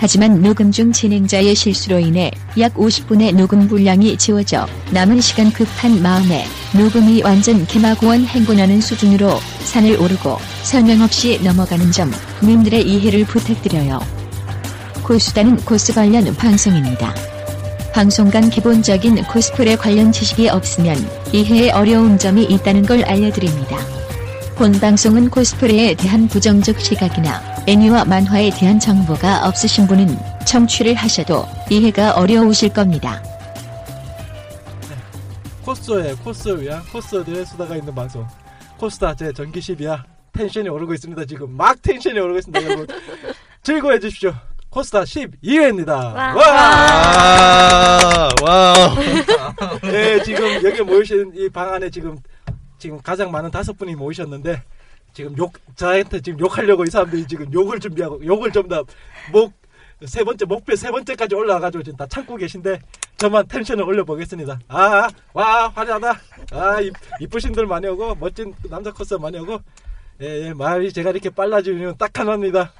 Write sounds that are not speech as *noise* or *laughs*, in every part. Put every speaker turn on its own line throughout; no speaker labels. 하지만 녹음 중 진행자의 실수로 인해 약 50분의 녹음 분량이 지워져 남은 시간 급한 마음에 녹음이 완전 개마고원 행군하는 수준으로 산을 오르고 설명 없이 넘어가는 점 님들의 이해를 부탁드려요. 고수다는 고수 관련 방송입니다. 방송간 기본적인 코스프레 관련 지식이 없으면 이해에 어려운 점이 있다는 걸 알려드립니다. 본 방송은 코스프레에 대한 부정적 시각이나 애니와 만화에 대한 정보가 없으신 분은 청취를 하셔도 이해가 어려우실 겁니다.
코스에 코스 위한 코스들의 수다가 있는 방송 코스다 제 전기 10이야 텐션이 오르고 있습니다 지금 막 텐션이 오르고 있습니다 여러분 즐거워해 주십시오 코스다 12회입니다 와,
아, 와우.
네, 지금 여기 모이신 이 방 안에 지금 지금 가장 많은 다섯 분이 모이셨는데 지금 욕 저한테 지금 욕하려고 이 사람들이 지금 욕을 준비하고 욕을 좀 다 목 세 번째 목표 세 번째까지 올라가지고 지금 다 참고 계신데 저만 텐션을 올려보겠습니다. 아, 와 화려하다. 아, 이- 이쁘신들 많이 오고 멋진 남자 코스 많이 오고 예, 예, 말이 제가 이렇게 빨라지는 이유는 딱 하나입니다.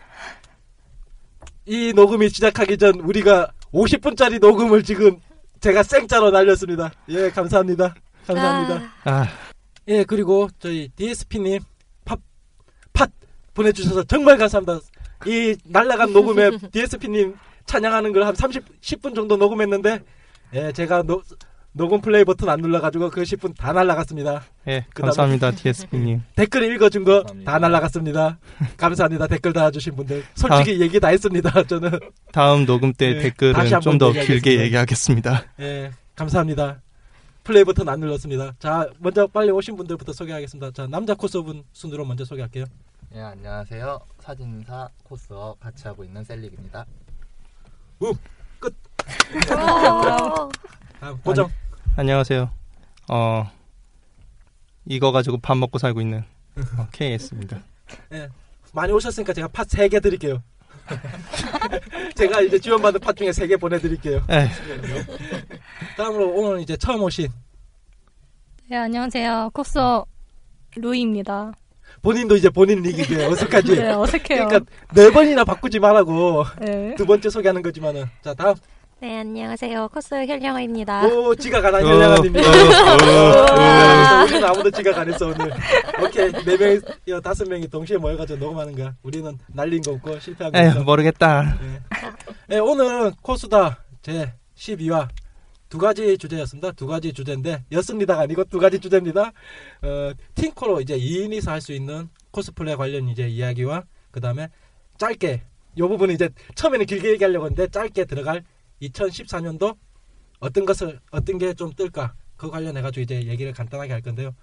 이 녹음이 시작하기 전 우리가 50분짜리 녹음을 지금 제가 생짜로 날렸습니다. 예, 감사합니다. 감사합니다.
아,
예, 그리고 저희 DSP님 팝, 팟 보내주셔서 정말 감사합니다. 이 날라간
*laughs*
녹음에 DSP님 찬양하는 걸 한 30, 10분 정도 녹음했는데, 예, 제가 노- 녹음 플레이 버튼 안 눌러가지고 그 10분 다 날라갔습니다.
예,
그다음에- *laughs*
감사합니다, DSP님.
댓글 읽어준 거 다
감사합니다.
날라갔습니다. 감사합니다. 댓글 달아주신 분들. 솔직히 얘기 다 했습니다. *laughs* 저는.
다음 녹음 때
네, 다시
댓글은
한
좀
번
더
얘기하겠습니다.
길게 얘기하겠습니다. *laughs*
예, 감사합니다. 플레이 버튼 안 눌렀습니다. 자, 먼저 빨리 오신 분들부터 소개하겠습니다. 자, 남자 코스분 순으로 먼저 소개할게요.
예 안녕하세요 사진사 코스업 같이 하고 있는 셀릭입니다.
어.
다음 아, 고정.
안녕하세요. 어, 이거 가지고 밥 먹고 살고 있는 어,
*laughs*
KS입니다.
많이 오셨으니까 제가 팟 3개 드릴게요. *laughs* 제가 이제 지원받은 팟 중에 3개 보내드릴게요.
에,
다음으로 오늘 이제 처음 오신
네, 안녕하세요. 코스어 루이입니다.
본인도 이제 본인 리그에 어색하지?
네, 어색해요.
그러니까 네 번이나 바꾸지 말라고
네.
두 번째 소개하는 거지만은 자 다음
네, 안녕하세요. 코스 현령아입니다.
오 지각 안 한
어,
현양아입니다.
어,
우리는 아무도 지각 안 했어 오늘. 오케이 네 명이 여, 다섯 명이 동시에 모여가지고 녹음하는 거야. 우리는 날린 거 없고 실패한 거
에휴,
없어.
모르겠다.
네, 오늘은 코스다 제 12화 두 가지 주제였습니다. 두 가지 주제인데 였습니다가 아니고 두 가지 주제입니다. 어, 팅코로 이제 2인이서 할 수 있는 코스플레 관련 이제 이야기와 그 다음에 짧게 요 부분은 이제 처음에는 길게 얘기하려고 했는데 짧게 들어갈 2014년도 어떤 것을 어떤 게 좀 뜰까 그 관련해 가지고 이제 얘기를 간단하게 할 건데요.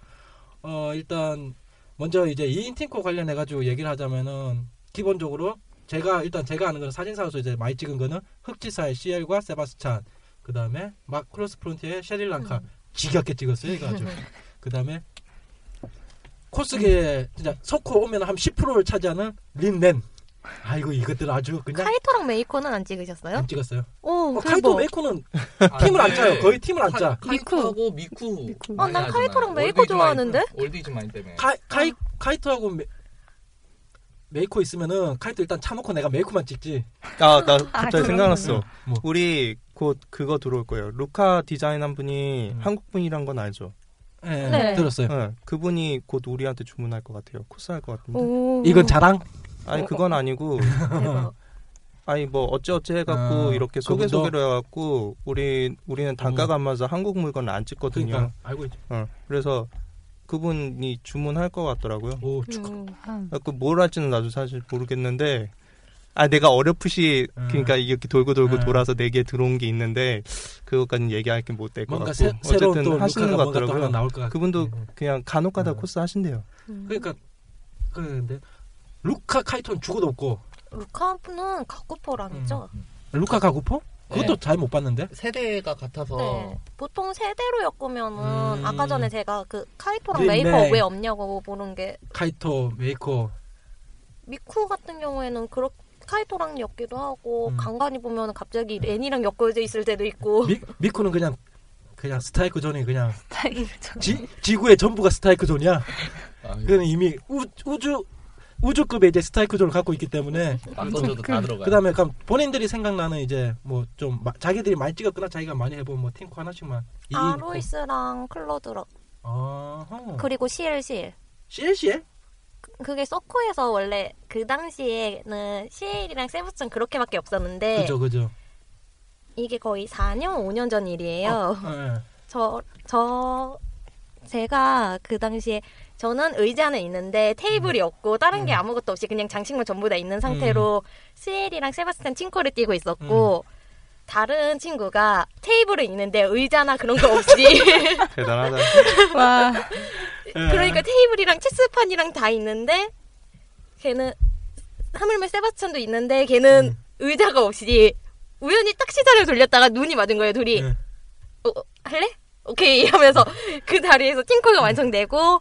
어 일단 먼저 이제 2인 팅코 관련해 가지고 얘기를 하자면은 기본적으로 제가 일단 제가 아는 거는 사진사로서 이제 많이 찍은 거는 흑지사의 CL과 세바스찬 그 다음에 막 크로스 프론티의 셰릴랑카
음.
지겹게 찍었어요 이거 아주 그 다음에 코스계에 진짜 석호 오면 한 10%를 차지하는 린넨 아이고 이것들 아주 그냥
카이토랑 메이커는 안 찍으셨어요?
안 찍었어요
오,
어, 카이토
대박.
메이코는 *laughs* 팀을 안 짜요 거의 팀을 안 짜
카이토하고 미쿠.
미쿠.
많이
어, 난
하잖아요. 네,
카이토랑 메이코
올드이즈
좋아하는데?
마인- 올드이즈 마인 때문에.
아.
카, 카이, 카이토하고 메, 메이코 있으면은 카이토 일단 차놓고 내가 메이코만 찍지
아, 나 갑자기
그런
생각났어.
뭐.
우리 곧 그거 들어올 거예요. 루카 디자인한 분이
음.
한국 분이란 건 알죠?
예,
네.
들었어요
예, 그분이 곧 우리한테 주문할 것 같아요. 코스할 것 같은데.
오.
이건 자랑
아니 그건 아니고
어, 대박.
아니 뭐 어찌어찌 해갖고
아, 음.
이렇게 소개
그분도?
소개를 해갖고 우리 우리는 단가가 안 맞아 한국 물건을 안 찍거든요.
그러니까 알고 있죠
어, 그래서 그 그분이 주문할 것 같더라고요.
오,
음,
그 뭘 할지는 나도 사실 모르겠는데 아 내가 어렴풋이
음.
그러니까 이렇게 돌고 돌고
음.
돌아서 내게 들어온 게 있는데 그것까지는 얘기할게 못될 것
뭔가
같고
새, 새로운 또
어쨌든 하시는
루카가
것
뭔가 또 하나
같더라고요.
나올 것 같고
그분도 그냥 간혹가다
음.
코스 하신대요.
*laughs*
음.
그러니까 그런데 루카 카이토는 죽어도 없고
그 루카프는 가쿠포랑이죠.
음. 루카 가구포? 그것도
네.
잘 못 봤는데
세대가 같아서
네. 보통 세대로 엮으면은
음.
아까 전에 제가 그 카이토랑
네,
메이커
네.
왜 없냐고 보는 게
카이토 메이코
미쿠 같은 경우에는 그렇 카이토랑 엮기도 하고
음.
간간히 보면 갑자기 렌이랑 엮여져 있을 때도 있고
미, 미코는 그냥 그냥 스타이크 존이 그냥
다행이죠.
지, 지구의 전부가 스타이크 존이야.
아,
그는 이미 우, 우주 우주급의 이제 스타이크 존을 갖고 있기
음.
때문에
안 던져도 다 들어가요.
그다음에 그럼 본인들이 생각나는 이제 뭐 좀 자기들이 많이 찍었거나 자기가 많이 해본 뭐 탱크 하나씩만 이인
아로이스랑 아, 클로드랑
어허.
그리고 시엘시엘
CLC에?
그게 서코에서 원래 그 당시에는 CL이랑 세부스는 그렇게밖에 없었는데
그죠 그죠.
이게 거의 4년 5년 전 일이에요.
예.
저, 저, 제가 그 당시에 저는 의자는 있는데 테이블이 없고 다른 게
음.
아무것도 없이 그냥 장식물 전부 다 있는 상태로 시엘이랑 세바스찬 친코를 뛰고
음,
있었고 다른 친구가 테이블은 있는데 의자나 그런 거 없이
대단하다.
와,
네.
그러니까 테이블이랑 체스판이랑 다 있는데 걔는 하물며 세바스찬도 있는데 걔는
음.
의자가 없이 우연히 딱 시자를 돌렸다가 눈이 맞은 거예요 둘이
예.
어, 할래? 오케이 *laughs* 하면서 그 자리에서 팅코가 완성되고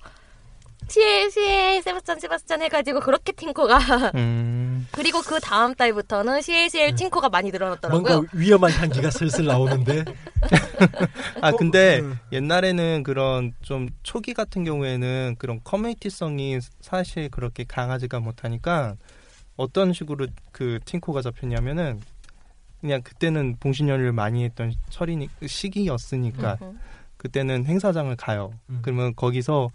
시에 시에 세바스찬 세바스찬 해가지고 그렇게 팅코가 *laughs*
음.
그리고 그 다음 달부터는 시에 시에 팅코가 많이 늘어났더라고요.
뭔가 위험한 향기가 슬슬
*laughs*
나오는데.
아
어,
근데
음.
옛날에는 그런 좀 초기 같은 경우에는 그런 커뮤니티성이 사실 그렇게 강하지가 못하니까 어떤 식으로 그 팅코가 잡혔냐면은 그냥 그때는 봉신연을 많이 했던 철이 시기였으니까
음,
그때는 행사장을 가요.
음.
그러면 거기서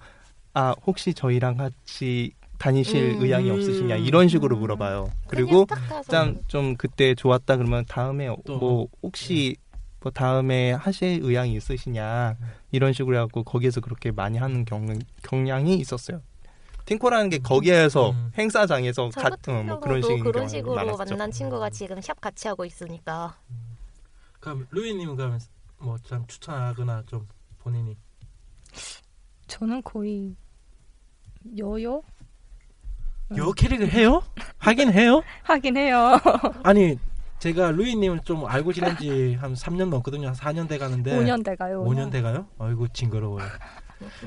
아 혹시 저희랑 같이 다니실
음.
의향이 없으시냐 이런 식으로 물어봐요. 그리고
그냥 딱 가서
짠 좀 그때 좋았다 그러면 다음에
또.
뭐 혹시 뭐 다음에 하실 의향이 있으시냐 이런 식으로 해갖고 거기에서 그렇게 많이 하는 경, 경향이 있었어요. 팅코라는 게 거기에서
음.
행사장에서
저
가,
같은
어,
경우도
뭐 그런 식인
그런
경우가
식으로
많았죠.
만난 친구가 지금 샵 같이 하고 있으니까
그럼 루이님은 그러면 뭐참 추천하거나 좀 본인이
저는 거의 여요
음.
여 캐릭을 해요? 하긴 해요?
하긴 해요.
아니 제가 루이님을 좀 알고 지낸 지한 3년 넘거든요. 한 4년 돼
*laughs*
가는데
5년 돼가요.
5년 네. 돼가요? 아이고 징그러워요.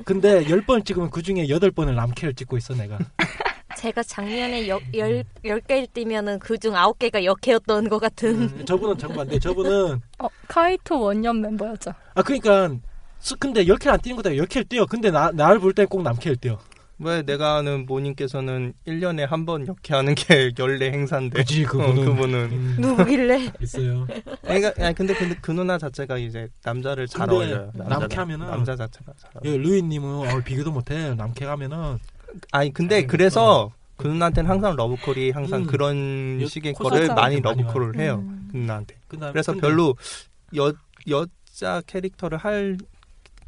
근데 10번 찍으면 그 중에 8번을 남캐를 찍고 있어 내가.
*laughs* 제가 작년에 여, 열, 열 개를 뛰면은 그중 아홉 개가 역해였던 것 같은
음, 저분은 정반대. 저분은
어, 카이토 원년 멤버였죠.
아 그러니까 수- 근데 10캐를 안 뛰는 거다. 10캐를 뛰어. 근데 나 나를 볼 땐 꼭 남캐를 뛰어.
왜 내가 아는 모님께서는 1년에 한 번 이렇게 하는 게 *laughs* 연례 행사인데
그지
어,
그분은
그분은
음,
누구길래
있어요.
그러니까 아니, 근데 근데 그 누나 자체가 이제 남자를 잘
근데
어울려요. 남자,
남캐 하면은-
남자 자체가 잘 어울려.
예, 루이님은 어, 비교도 못해. 남캐 가면은
아니 근데 그래서 그 누나한테는 항상 러브콜이 항상
어. 음.
그런
요-
식의
코스
거를
코스
많이
많이
러브콜을 해요.
음.
음.
그 누나한테.
그다음-
그래서
근데-
별로 여 여자 캐릭터를 할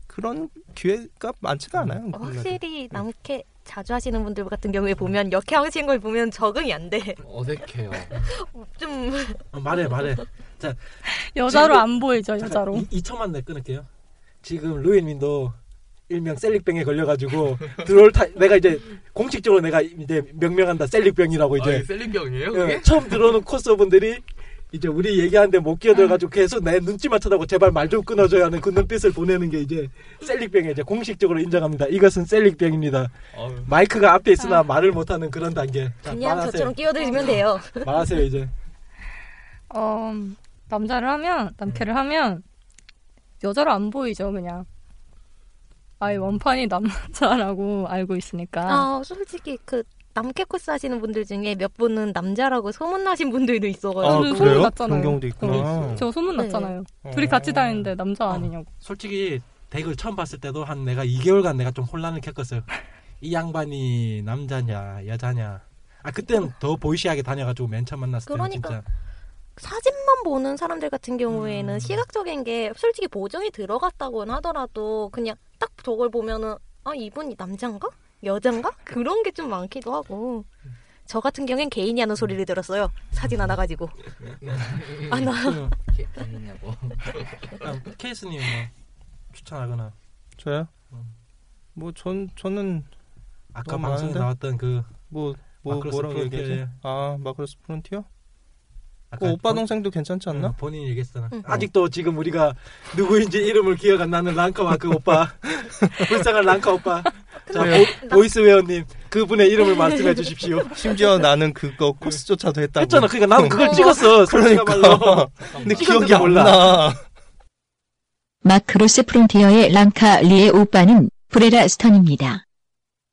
그런 기회가 많지가
어,
않아요. 그 누나들.
확실히 남캐 자주 하시는 분들 같은 경우에 보면 역해 하시는 걸 보면 적응이 안 돼
어색해요.
좀
어, 말해 말해.
여자로
지금-
안 보이죠, 여자로.
2초만 내 끊을게요. 지금 루이님도 일명 셀릭병에 걸려가지고 들어올 타 내가 이제 공식적으로 내가 이제 명명한다 셀릭병이라고
아, 이게
이제
셀링병이에요?
예,
그게?
처음 들어오는 코스분들이 이제 우리 얘기하는데 못 끼어들어가지고 계속 내 눈치만 쳐다보고 제발 말 좀 끊어줘야 하는 그 눈빛을 보내는 게 이제 셀릭병에 이제 공식적으로 인정합니다. 이것은 셀릭병입니다.
아유,
마이크가 앞에 있으나 말을 못하는 그런 단계. 자,
그냥
말하세요.
저처럼 끼어들면 돼요.
말하세요 이제.
어, 남자를 하면 남캐를 하면 여자로 안 보이죠, 그냥. 아예 원판이 남자라고 *laughs* 알고 있으니까.
아 솔직히 그 남캐 코스 하시는 분들 중에 몇 분은 남자라고 소문나신 분들도
아
있어요.
저는 소문
그래요?
났잖아요.
그런 경우도 있구나.
저 소문
네.
났잖아요. 둘이 같이 다니는데 남자 아니냐고.
솔직히 덱을 처음 봤을 때도 한 내가 2개월간 내가 좀 혼란을 겪었어요. 이 양반이 남자냐 여자냐. 아 그때는 더 보이시하게 다녀가지고 맨 처음 만났을 때는
그러니까.
진짜.
사진만 보는 사람들 같은 경우에는
음.
시각적인 게 솔직히 보정이 들어갔다고는 하더라도 그냥 딱 저걸 보면은 아 이분이 남잔가? 여잔가? 그런 게 좀 많기도 하고 저 같은 경우엔 개인이 하는 소리를 들었어요 사진 하나 가지고 아나
그,
개- 아니냐고.
약간 케이스님 뭐 추천하거나
저요?
음.
뭐 전 저는
아까
너무
방송에
많은데?
나왔던 그
뭐, 뭐
마크로스
뭐라고
프론티어에- 예.
얘기하지? 아 마크로스 프론티어?
아까 음.
그 오빠
본-
동생도 괜찮지
응,
않나?
본인이 얘기했잖아.
응.
아직도 지금 우리가 누구인지 이름을 기억 안 나는 랑카와 그 오빠. *laughs* 불쌍한 랑카 오빠. 자, 보- 보이스웨어님, 그분의 이름을 말씀해
*laughs*
주십시오. *laughs*
심지어 나는 그거 코스조차도 했다고.
했잖아. 그러니까 나도 그걸
어.
찍었어. 솔직한 말로.
그러니까. 근데 *laughs* 기억이 안 나.
마크로스 프론티어의 랑카 리의 오빠는 브레라 스턴입니다.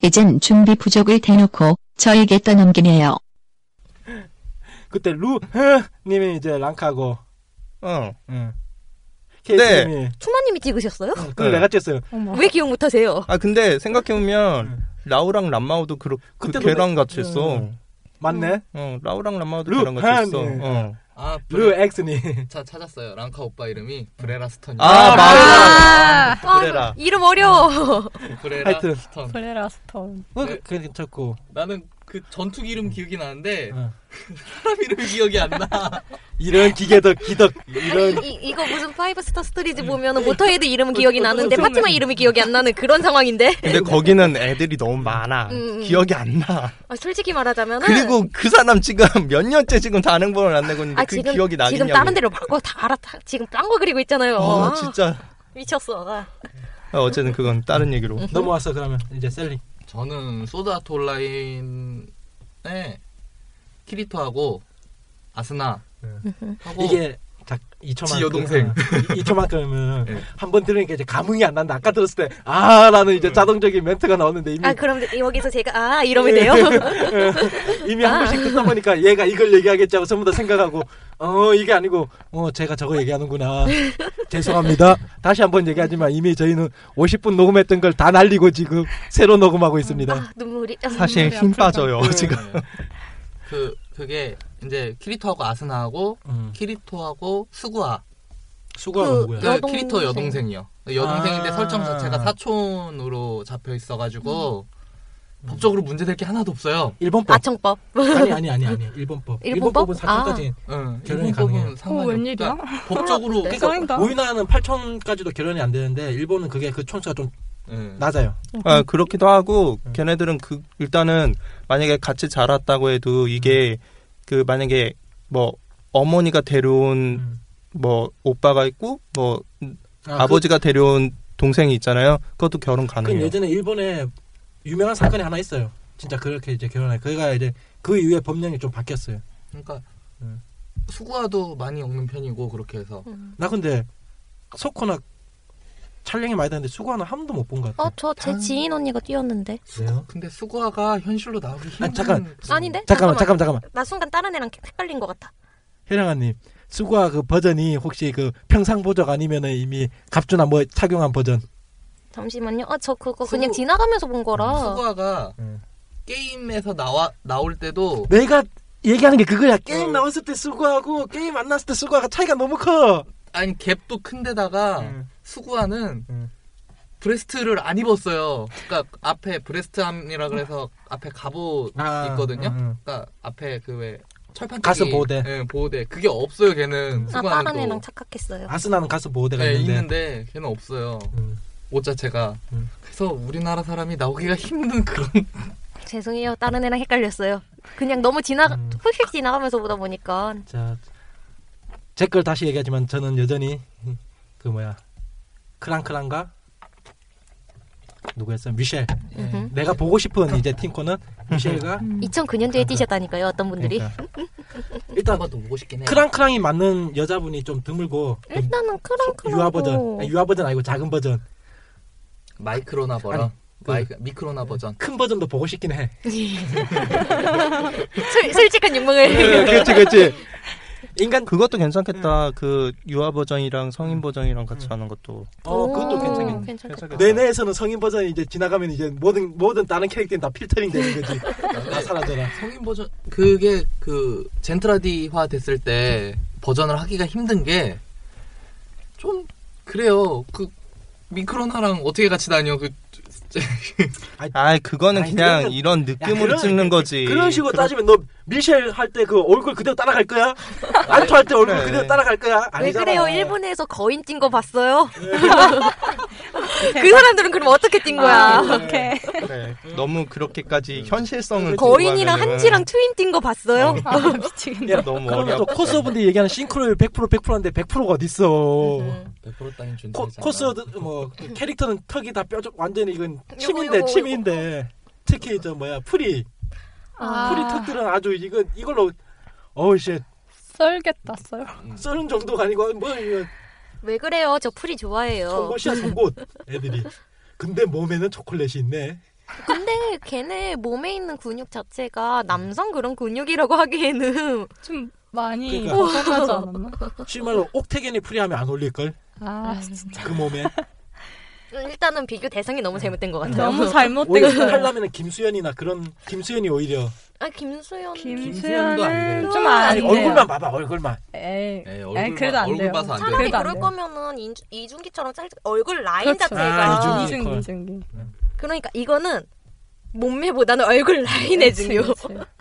이젠 준비 부족을 대놓고 저에게 떠넘기네요.
그때 루님이 이제 랑카고,
어.
응. 케이스님이.
투마님이 찍으셨어요?
그걸
네.
내가 찍었어요.
어머.
왜 기억 못하세요?
아 근데 생각해보면
응.
라우랑 람마오도 그렇 그
네. 그때도 네.
계란 같이 했어.
응. 맞네?
어 라우랑 람마오도
루,
계란 같이 했어.
한.
어.
아,
루
브레...
엑스님.
자, 찾았어요. 랑카 오빠 이름이 브레라 스턴.
아, 마우랑.
아,
그래라.
이름 어려워
브레라
하여튼.
스턴.
브레라 스톤.
어, 그- 그게 괜찮고.
나는 그 전투기 이름 기억이 나는데
어.
사람 이름 기억이 안 나. *laughs*
이런 기계덕, 기덕. 이런. *laughs*
이, 이거 무슨 파이브 스타 스토리즈 보면 모터헤드 이름은 기억이 나는데 파티마 이름이 기억이 안 나는 그런 상황인데
근데 거기는 애들이 너무 많아.
음, 음.
기억이 안 나.
아, 솔직히 말하자면은
그리고 그 사람 지금 몇 년째 지금 단행본을 안 내고 있는데
아
그
지금
기억이 나겠냐고.
지금 다른 데로 바꿔 다 알아 다, 지금 딴 거 그리고 있잖아요
어,
아,
진짜.
미쳤어 아.
아, 어쨌든 그건 다른 얘기로.
음.
넘어왔어, 그러면. 이제 셀링.
저는 소드 아트 온라인에 키리토하고 아스나 하고
네. 이게 자 2초만
어. 지 여동생.
2초만큼은
*laughs* 네.
한 번 들으니까 이제 감흥이 안 난다. 아까 들었을 때 아라는
음.
이제 자동적인 멘트가 나오는데 이미 예.
아 그럼 여기서 제가 아
*laughs*
이러면 돼요?
이미 한 번씩 듣다 보니까 얘가 이걸 얘기하겠지 하고 전부 다 생각하고 어 이게 아니고 어 제가 저거 얘기하는구나. *laughs* 죄송합니다. 다시 한 번 얘기하지만 이미 저희는 50분 녹음했던 걸 다 날리고 지금 새로 녹음하고 있습니다.
아 눈물이
사실
눈물이
힘
아플까.
빠져요, 지금.
네. 그 그게 이제 키리토하고 아스나하고
음.
키리토하고 스구아
수고가
그-
뭐야?
그
여동생.
키리토 여동생이요. 여동생인데
아.
설정 자체가 사촌으로 잡혀 있어가지고
음.
법적으로 문제될 게 하나도 없어요.
일본법
아청법
아니 아니 아니 아니 일본법
일본법? 아.
일본법은 사촌까지
응,
결혼이 가능해요.
일본법은
오,
상관이
어, 웬일이야?
없다.
*laughs*
그러니까 법적으로
네. *laughs*
짱이다.
우리나라는 8촌까지도 결혼이 안 되는데 일본은 그게 그 촌수가 좀
응.
낮아요.
어,
아, 그렇기도 하고 걔네들은 그 일단은 만약에 같이 자랐다고 해도 이게 그 만약에 뭐 어머니가 데려온
음.
뭐 오빠가 있고 뭐
아,
아, 버지가 데려온 동생이 있잖아요. 그것도 결혼
그
가능해요.
예전에 일본에 유명한 사건이 하나 있어요. 진짜 그렇게 이제 결혼해. 그가 이제 그 이후에 법령이 좀 바뀌었어요.
그러니까
응.
수구아도 많이 없는 편이고 그렇게 해서
나 근데 소코나 촬영이 많이 되는데 수고하는 한 번도 못 본 것 같아.
어저 제 지인 언니가 뛰었는데
그래요?
근데 수구아가 현실로 나오기 힘든
아니, 잠깐.
아닌데?
잠깐만, 잠깐만, 잠깐만.
나 순간 다른 애랑 헷갈린 것 같아
혜령아님, 수고하 그 버전이 혹시 그 평상 보적 아니면은 이미 갑주나 뭐 착용한 버전.
잠시만요 아 저 그거
수구- 음,
그냥 지나가면서 본 거라
수구아가
응.
게임에서 나와 나올 때도
내가 얘기하는 게 그거야. 게임
어.
나왔을 때 수고하고 게임 안 나왔을 때 수고하가 차이가 너무 커.
아니 갭도 큰데다가
응.
수구아는
응.
브레스트를 안 입었어요. 그러니까 앞에 브레스트함이라 그래서 앞에 갑옷
아,
있거든요.
응, 응.
그러니까 앞에 그 왜 철판
가슴
끼기.
보호대.
예, 보호대 그게 없어요. 걔는
아
수구아는
다른
또.
애랑 착각했어요
음. 아스나는 가서 뭐 보호대가
네,
있는데.
있는데 걔는 없어요.
음.
옷 자체가.
음.
그래서 우리나라 사람이 나오기가 힘든 그런
음. 죄송해요 다른 애랑 헷갈렸어요 그냥 너무 지나가
음.
휙휙 지나가면서 보다 보니까
자, 제 걸 다시 얘기하지만 저는 여전히 그 뭐야 크랑크랑과 누구였어? 미셸.
예.
음.
내가 보고 싶은 이제 팀코는 미셸과
그
음.
2009년도에 뛰셨다니까요 어떤 분들이 *laughs*
그러니까.
일단
것도 보고 싶긴 해요.
크랑크랑이 맞는 여자분이 좀 드물고 좀
일단은 크랑크랑
유아 버전, 아니, 유아 버전 아니고 작은 버전,
마이크로나 버전.
아니, 그-
마이크 미크로나 버전.
큰 버전도 보고 싶긴 해.
솔- 솔직한
네.
욕망을
예, 그렇지, 그렇지. 인간 음.
그것도 괜찮겠다. 그 유아 버전이랑 성인 버전이랑 같이 하는 것도
어 그것도
오,
괜찮겠네.
괜찮겠다.
내내에서는 성인 버전이 이제 지나가면 이제 모든 모든 다른 캐릭터는 다 필터링 되는 거지. *laughs* 다 사라져라.
아, 성인 버전 그게 그 젠트라디화 됐을 때 버전을 하기가 힘든 게 좀 그래요. 그 미크로나랑 어떻게 같이 다녀? 그
아 그거는
아니,
그냥
그러면-
이런 느낌으로
그런-
찍는
네.
거지.
그런 식으로
그런-
따지면 너 미셸 할 때 그 얼굴 그대로 따라갈 거야? 안토 할 때 얼굴
그래.
그대로 따라갈 거야?
왜
아니잖아.
그래요? 일본에서 거인 찐 거 봤어요? 그 사람들은 그럼 어떻게 찐
아,
거야? 아,
이렇게
그래. 너무
음.
그렇게까지 현실성을
거인이랑
요구하면은
한지랑 트윈 찐 거 봤어요?
아 미치겠네.
너무
그러면 또
어렵다.
코스분들이 얘기하는 싱크로율 100% 100%인데 100%가 어딨어.
음.
100% 땅인 준
코
잖아
코스 뭐 캐릭터는 턱이 다 뼈쪽 완전히 이건
요거,
침인데
요거.
침인데 특히 저 뭐야 프리 프리
아,
턱들은 아주 이건 이걸로 어우 씨
썰겠다 썰.
쓰는 정도가 아니고 뭐 이거
왜 그래요? 저 풀이 좋아해요.
송곳이야 송곳 *laughs* 애들이. 근데 몸에는 초콜릿이 있네.
근데 걔네 몸에 있는 근육 자체가 남성 그런 근육이라고 하기에는
좀 많이
그러니까.
벗어나지 않았나?
정말로 옥태견이 프리하면 안 어울릴 걸.
아 진짜
그
*laughs*
몸에.
일단은 비교 대상이 너무 잘못된 것 같아요.
너무
오히려
잘못됐어요.
하려면 김수현이나 그런 김수현이 오히려
아 김수현
김수현도 안
김수현은
돼요.
좀안
아니
돼요.
얼굴만 봐봐 얼굴만.
에이,
에이,
에이,
네, 얼굴
그래도
봐-
안
얼굴
돼요.
봐서 안
차라리
그래도 안
그럴
돼요.
거면은 인주, 이준기처럼 짧 얼굴 라인
그렇죠.
자체가
아, 이준기.
이중기 이중기.
그러니까 이거는 몸매보다는 얼굴 라인에 중요.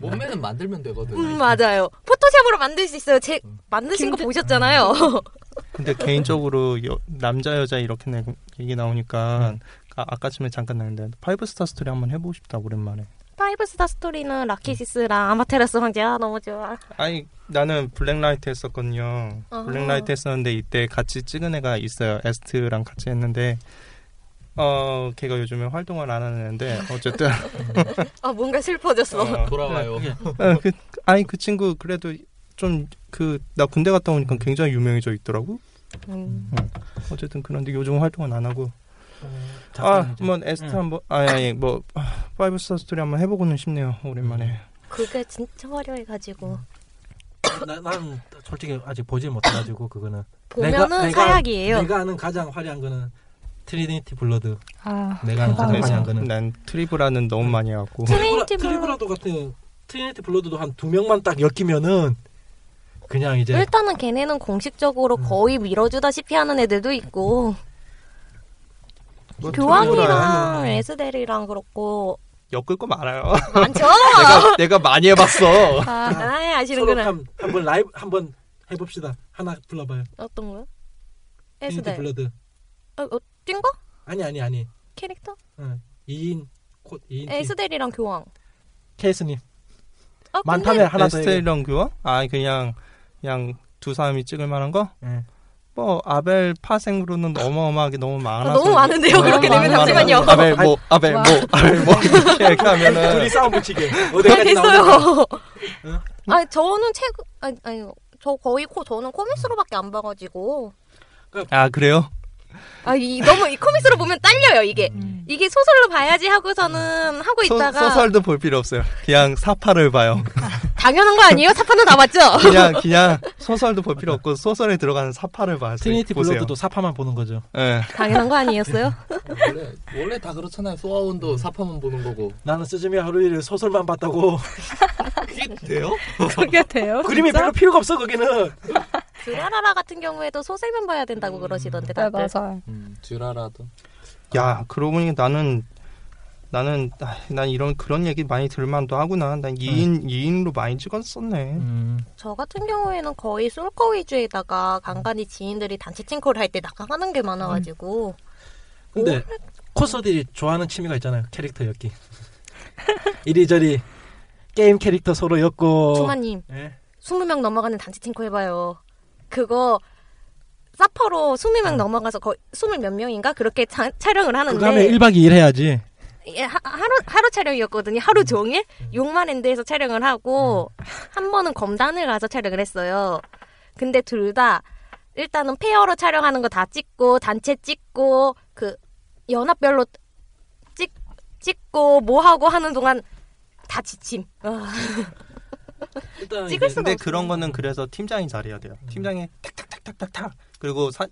몸매는 만들면 되거든.
음 맞아요. 포토샵으로 만들 수 있어요. 제 만드신 거
김태-
그 보셨잖아요.
*laughs* 근데 개인적으로 여- 남자 여자 이렇게 내- 얘기 나오니까 아, 아까쯤에 잠깐 나는데 파이브 스타 스토리 한번 해보고 싶다 오랜만에.
파이브 스타 스토리는 라키시스랑 아마테라스 황제 아 너무 좋아.
아니 나는 블랙라이트 했었거든요.
아.
블랙라이트 했었는데 이때 같이 찍은 애가 있어요. 에스트랑 같이 했는데 어 걔가 요즘에 활동을 안 하는 애인데 어쨌든
*laughs* *laughs* 아 뭔가 슬퍼졌어.
어,
돌아와요.
네.
어,
뭐
그, 아니 그 친구 그래도 좀 그 나 군대 갔다 오니까 굉장히 유명해져 있더라고.
음.
어쨌든 그런데 요즘 활동은 안 하고 아
아,
한번 에스트 한번 아니 아니 뭐 아, 파이브 스타 스토리 한번 해보고는 싶네요
음.
오랜만에.
그게 진짜 화려해가지고
나, 난 솔직히 아직 보지 못해가지고 그거는.
보면은 사약이에요.
내가 아는 가장 화려한 거는 트리니티 블러드.
아
내가 아는 가장
대박이다.
화려한 거는. 음.
난 트리브라는 너무 많이
*laughs*
해갖고
트리니티 블러드.
트리브라도 같은 트리니티 블러드도 한 두 명만 딱 엮이면은 그냥 이제 음.
일단은 걔네는 공식적으로 거의 밀어주다시피 하는 애들도 있고
뭐
교황이랑 음.
트리브라는
에스델이랑 그렇고
엮을 거 말아요.
많죠.
*laughs* 내가 내가 많이 해봤어.
아
서로
아시는구나.
한, 한번 라이브 한번 해봅시다. 하나 불러봐요.
어떤 거요?
트리니티
에스델.
블러드.
어, 어, 뛴 거?
아니 아니 아니.
캐릭터?
어, 2인 콧 2인
에스델이랑 교황.
케이스님.
아,
많다면 하나 더. 얘기해.
에스테이런 교황? 아 그냥 그냥 두 사람이 찍을 만한 거?
예.
뭐 아벨 파생으로는 어마어마하게 너무 많아서
아, 너무 많은데요?
너무
그렇게 되면
많은
잠시만요.
말을- 아벨 뭐 아벨 뭐 아벨 뭐 *laughs* 이렇게 하면은
둘이 싸움
*laughs*
붙이게.
근데
어디까지 나오나.
아, 됐어요. *laughs*
응?
아 저는 책 아니 아니 저 거의 코 저는 코믹스로밖에 안 봐가지고
아 그래요?
아 이 너무 이 코믹스로 보면 딸려요 이게 이게 소설로 봐야지 하고서는 하고
소,
있다가
설도볼 필요 없어요. 그냥 사파를 봐요.
당연한 거 아니에요? 사파는 다 맞죠?
그냥 그냥 소설도 볼 필요 없고 소설에 들어가는 사파를 봐요.
트리니티
보세요.
블러드도 사파만 보는 거죠.
예.
당연한 거 *laughs* 아니었어요?
원래, 원래 다 그렇잖아요.
음.
소아원도 사파만 보는 거고.
나는 스즈미 하루이를 소설만 *laughs* 봤다고.
그게 돼요?
그게 돼요?
그림이
진짜?
별로 필요가 없어 거기는.
드라라라 같은 경우에도 소설만 봐야 된다고 그러시던데
네
다들
맞아요.
음, 듀라라도.
야 그러고 보니 나는 나는 아, 난 이런 그런 얘기 많이 들만도 하구나.
음.
난 2인 이인으로 많이 찍었었네.
저 같은 경우에는 거의 솔거 위주에다가 간간히 지인들이 단체 칭코를 할 때 나가는 게 많아가지고
근데 코서들이 좋아하는 취미가 있잖아요. 캐릭터 엮기. *laughs* 이리저리 게임 캐릭터 서로 엮고.
투마님
예.
20명 넘어가는 단체 칭코 해봐요 그거 사퍼로 20명 넘어가서 거의 20몇 명인가 그렇게 차- 촬영을
아. 그거 하면
하는데
1박 2일 해야지.
예, 하, 하루 하루 촬영이었거든요. 하루 종일 용만랜드에서 촬영을 하고 한 번은 검단을 가서 촬영을 했어요. 근데 둘 다 일단은 페어로 촬영하는 거 다 찍고 단체 찍고 그 연합별로 찍 찍고 뭐 하고 하는 동안 다 지침.
네.
아,
일단
찍을 수가
근데
없어요.
그런 거는 그래서 팀장이 잘해야 돼요. 팀장이 탁탁탁탁탁탁 그리고 사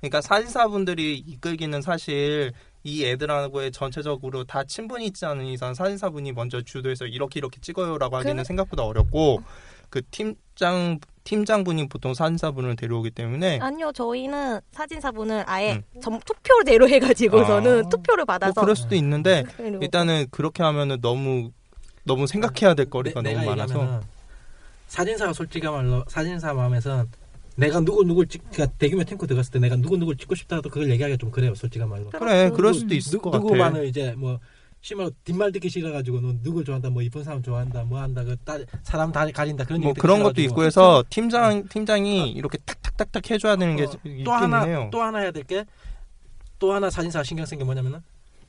그러니까 사진사분들이 이끌기는 사실 이 애들하고의 전체적으로 다 친분이 있지 않은 이상 사진사분이 먼저 주도해서 이렇게 이렇게 찍어요라고 하기는
그래?
생각보다 어렵고 그 팀장 팀장분이 보통 사진사분을 데려오기 때문에 뭐
아니요, 저희는 사진사분을 아예
음.
전 투표대로 해가지고서는
아.
투표를
뭐
받아서
그럴 수도 있는데
음.
투표대로.
일단은 그렇게 하면은 너무 너무 생각해야 될 거리가
네, 내-
너무
내가
많아서
얘기하면은 사진사가 솔직히 말로 사진사 마음에선 내가 누구 누굴 찍 그러니까 대규모 탱크 들어갔을 때 내가 누구 누굴 찍고 싶다도 그걸 얘기하기가 좀 그래요 솔직히 말로
그래 그럴
누-
수도 있을 것 같아.
누구만을 이제 뭐 심하로 뒷말 듣기 싫어가지고 너 누굴 좋아한다 뭐 이쁜 사람 좋아한다 뭐 한다 그 따, 사람 다 가린다 그런
뭐
얘기 듣기
그런 것도
싫어가지고. 음.
있고 해서 팀장 팀장이 이렇게 탁탁탁탁 해줘야 되는 게
어,
있긴
또 하나
해요.
또 하나 해야 될 게 또 하나 사진사 가 신경 쓴 게 뭐냐면은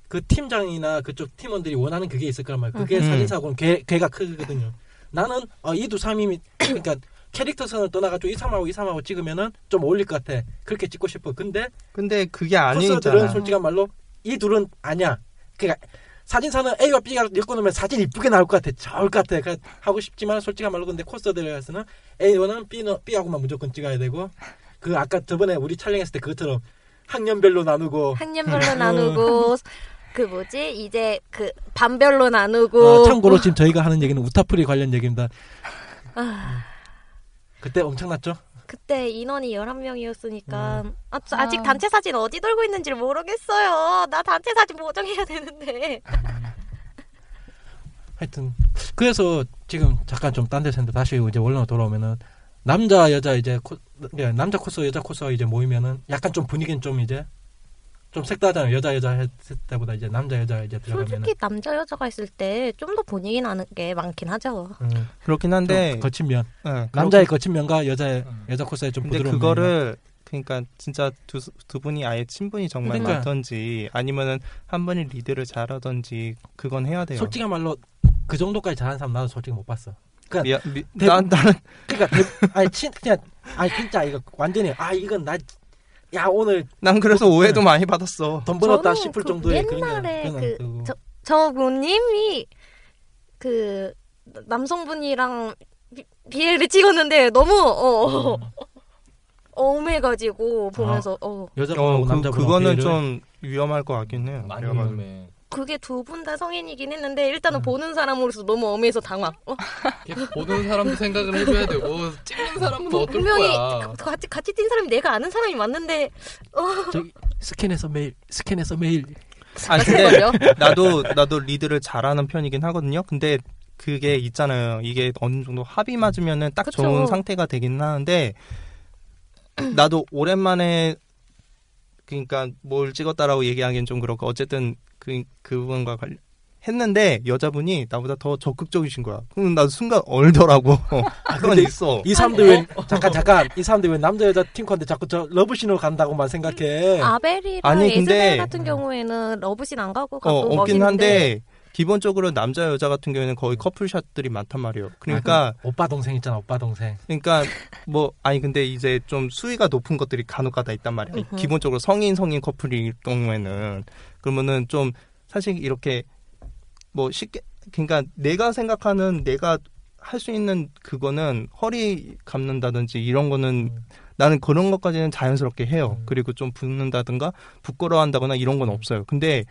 그 팀장이나 그쪽 팀원들이 원하는 그게 있을 거란 말이에요. 그게
음.
사진사고는 괴, 괴가 크거든요. 나는 어, 이두 삼임이 그러니까 캐릭터선을 떠나가지고 이 삼하고 이 삼하고 찍으면은 좀 어울릴 것 같아. 그렇게 찍고 싶어. 근데
근데 그게
포스들은
아니잖아.
솔직한 말로 이 둘은 아니야. 그러니까 사진사는 A와 B가 엮어 놓으면 사진 이쁘게 나올 것 같아. 좋을 것 같아. 그러니까 하고 싶지만 솔직한 말로 근데 코스들에서는 A는 B는 B하고만 무조건 찍어야 되고 그 아까 저번에 우리 촬영했을 때 그것처럼 학년별로 나누고
학년별로
음.
나누고
나누고,
그 뭐지 이제 그 반별로 나누고
어,
아,
참고로 지금 저희가 하는 얘기는 우타프리 관련 얘기입니다. 음. 그때 엄청났죠?
그때 인원이 11명이었으니까
음.
아, 저
아.
아직 단체 사진 어디 돌고 있는지 를 모르겠어요. 나 단체 사진 보정해야 되는데.
하여튼 그래서 지금 잠깐 좀 딴 데서 했는데 다시 이제 원래로 돌아오면은 남자 여자 이제 코, 예, 남자 코스 여자 코스가 이제 모이면은 약간 좀 분위기는 좀 이제 좀 색다르잖아요 여자 여자 했을 때보다 이제 남자 여자 이제 들어가면은
솔직히 남자 여자가 있을 때 좀 더 본인이 나는 게 많긴 하죠.
음,
그렇긴 한데
좀 거친 면
응,
남자의
그렇-
거친 면과 여자의
음.
여자 코스의 좀
근데
부드러운
그거를 그러니까 진짜 두, 두 분이 아예 친분이 정말
그러니까.
맞던지 아니면은 한 분이 리드를 잘하던지 그건 해야 돼요.
면이나. 솔직한 말로 그 정도까지 잘하는 사람 나도 솔직히 못 봤어
미, 미,
대-
나, 나는
그러니까 대- 아니 친 그냥 아니 진짜 이거 완전히 아 이건 나 야 오늘
난 그래서
네.
오해도 많이 받았어.
돈 벌었다
저는
싶을
그
정도의 그런
옛날에
게
그 저- 저분님이 그 남성분이랑 비, l 를 찍었는데 너무 어, 어, 엄해가지고 보면서
아.
어
여자분하고
어, 그,
남자분 음.
그거는 좀 음. 위험할 것 같긴 해요.
많이
그래가지고.
위험해.
그게 두 분 다 성인이긴 했는데 일단은 보는 사람으로서 너무 엄해서 당황. 어,
이게 보는 사람도 생각을 해줘야 되고 찍는 사람은 어떨
분명히
거야.
그 같이 같이 뛴 사람이 내가 아는 사람이 맞는데
저기 스캔해서 메일 스캔해서 메일
아니 네. 근데
*laughs* 그걸요?
나도 나도 리드를 잘하는 편이긴 하거든요. 근데 그게 있잖아요. 이게 어느 정도 합이 맞으면은 딱
그쵸.
좋은 상태가 되긴 하는데 나도 오랜만에 그러니까 뭘 찍었다라고 얘기하기엔 좀 그렇고 어쨌든 그 그분과 관련 했는데 여자분이 나보다 더 적극적이신 거야. 그럼 나도 순간 얼더라고.
아,
*laughs* 그건
근데
있어.
이 사람들
네.
왜 잠깐 잠깐 이 사람들 왜 남자 여자 팀컨데 자꾸 저 러브신으로 간다고만 생각해
아벨이랑
아니,
에즈벨
근데-
같은 경우에는 러브신 안 가고
어,
가도
없긴
멋있는데 뭐
한데 기본적으로 남자 여자 같은 경우에는 거의 커플샷들이 많단 말이에요. 그러니까
오빠 동생 있잖아 오빠 동생
그러니까 뭐 아니 근데 이제 좀 수위가 높은 것들이 간혹가다 있단 말이야.
음흠.
기본적으로 성인 성인 커플일 경우에는 그러면은 좀 사실 이렇게 뭐 쉽게 그러니까 내가 생각하는 내가 할 수 있는 그거는 허리 감는다든지 이런 거는
음.
나는 그런 것까지는 자연스럽게 해요.
음.
그리고 좀 붓는다든가 부끄러워한다거나 이런 건 없어요. 근데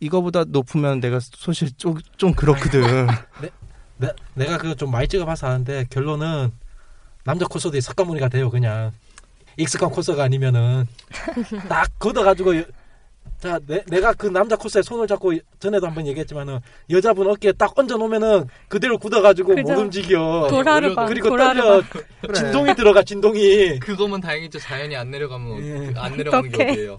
이거보다 높으면 내가 사실 좀, 좀
*laughs*
그렇거든.
내, 내가 그거 좀 많이 찍어봐서 아는데 결론은 남자 코스들이 석가모니가 돼요 그냥 익숙한
*laughs*
코스가 아니면은 딱 걷어가지고 여- 자 내, 내가 그 남자 코스에 손을 잡고 전에도 한번 얘기했지만은 여자분 어깨에 딱 얹어 놓으면은 그대로 굳어가지고
그죠.
못 움직여
도라르바
그리고
도라르바
떨려 진동이 들어가 진동이
그거면 다행이죠. 자연이 안 내려가면
예.
그- 안 내려가는 게
어떡해.
어디예요?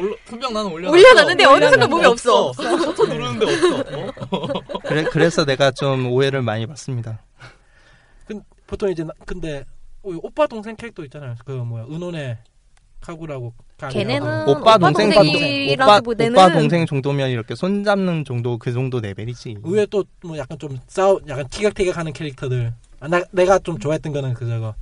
올라, 분명 나는 올려놨어.
올려놨는데 어느 순간 몸이 없어.
*laughs* 셔터 누르는데 없어. 어?
그래, 그래서 내가 좀 오해를 많이 받습니다.
근 보통 이제 나- 근데 우리 오빠 동생 캐릭터 있잖아요. 그 뭐야 은혼의 카구라고. 그
걔네는
오빠 동생
음, 오빠
동생이라고
오빠,
보내는-
오빠 동생 정도면 이렇게 손 잡는 정도 그 정도 레벨이지.
의외 또뭐 약간 좀 싸우 약간 티격태격하는 캐릭터들. 아, 나, 내가 좀 좋아했던 거는 그저거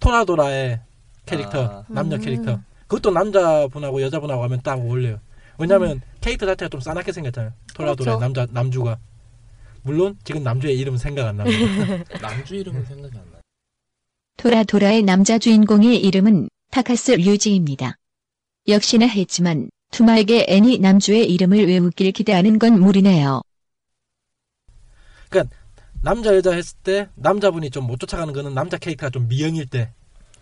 토나도라의 캐릭터
아.
남녀
음.
캐릭터. 그것도 남자분하고 여자분하고 하면 딱 어울려요. 왜냐하면 캐릭터 자체가 좀 싸납게 생겼잖아요. 토라도라
음. 그렇죠.
의 남자 남주가. 물론 지금 남주의 이름은 생각
*laughs*
안 납니다.
남주 이름은 생각이 안 나.
도라도라의 남자 주인공의 이름은 타카스 류지입니다. 역시나 했지만 투마에게 애니 남주의 이름을 외우길 기대하는 건 무리네요.
남자 여자 했을 때 남자분이 좀 못 쫓아가는 거는 남자 캐릭터가 좀 미영일 때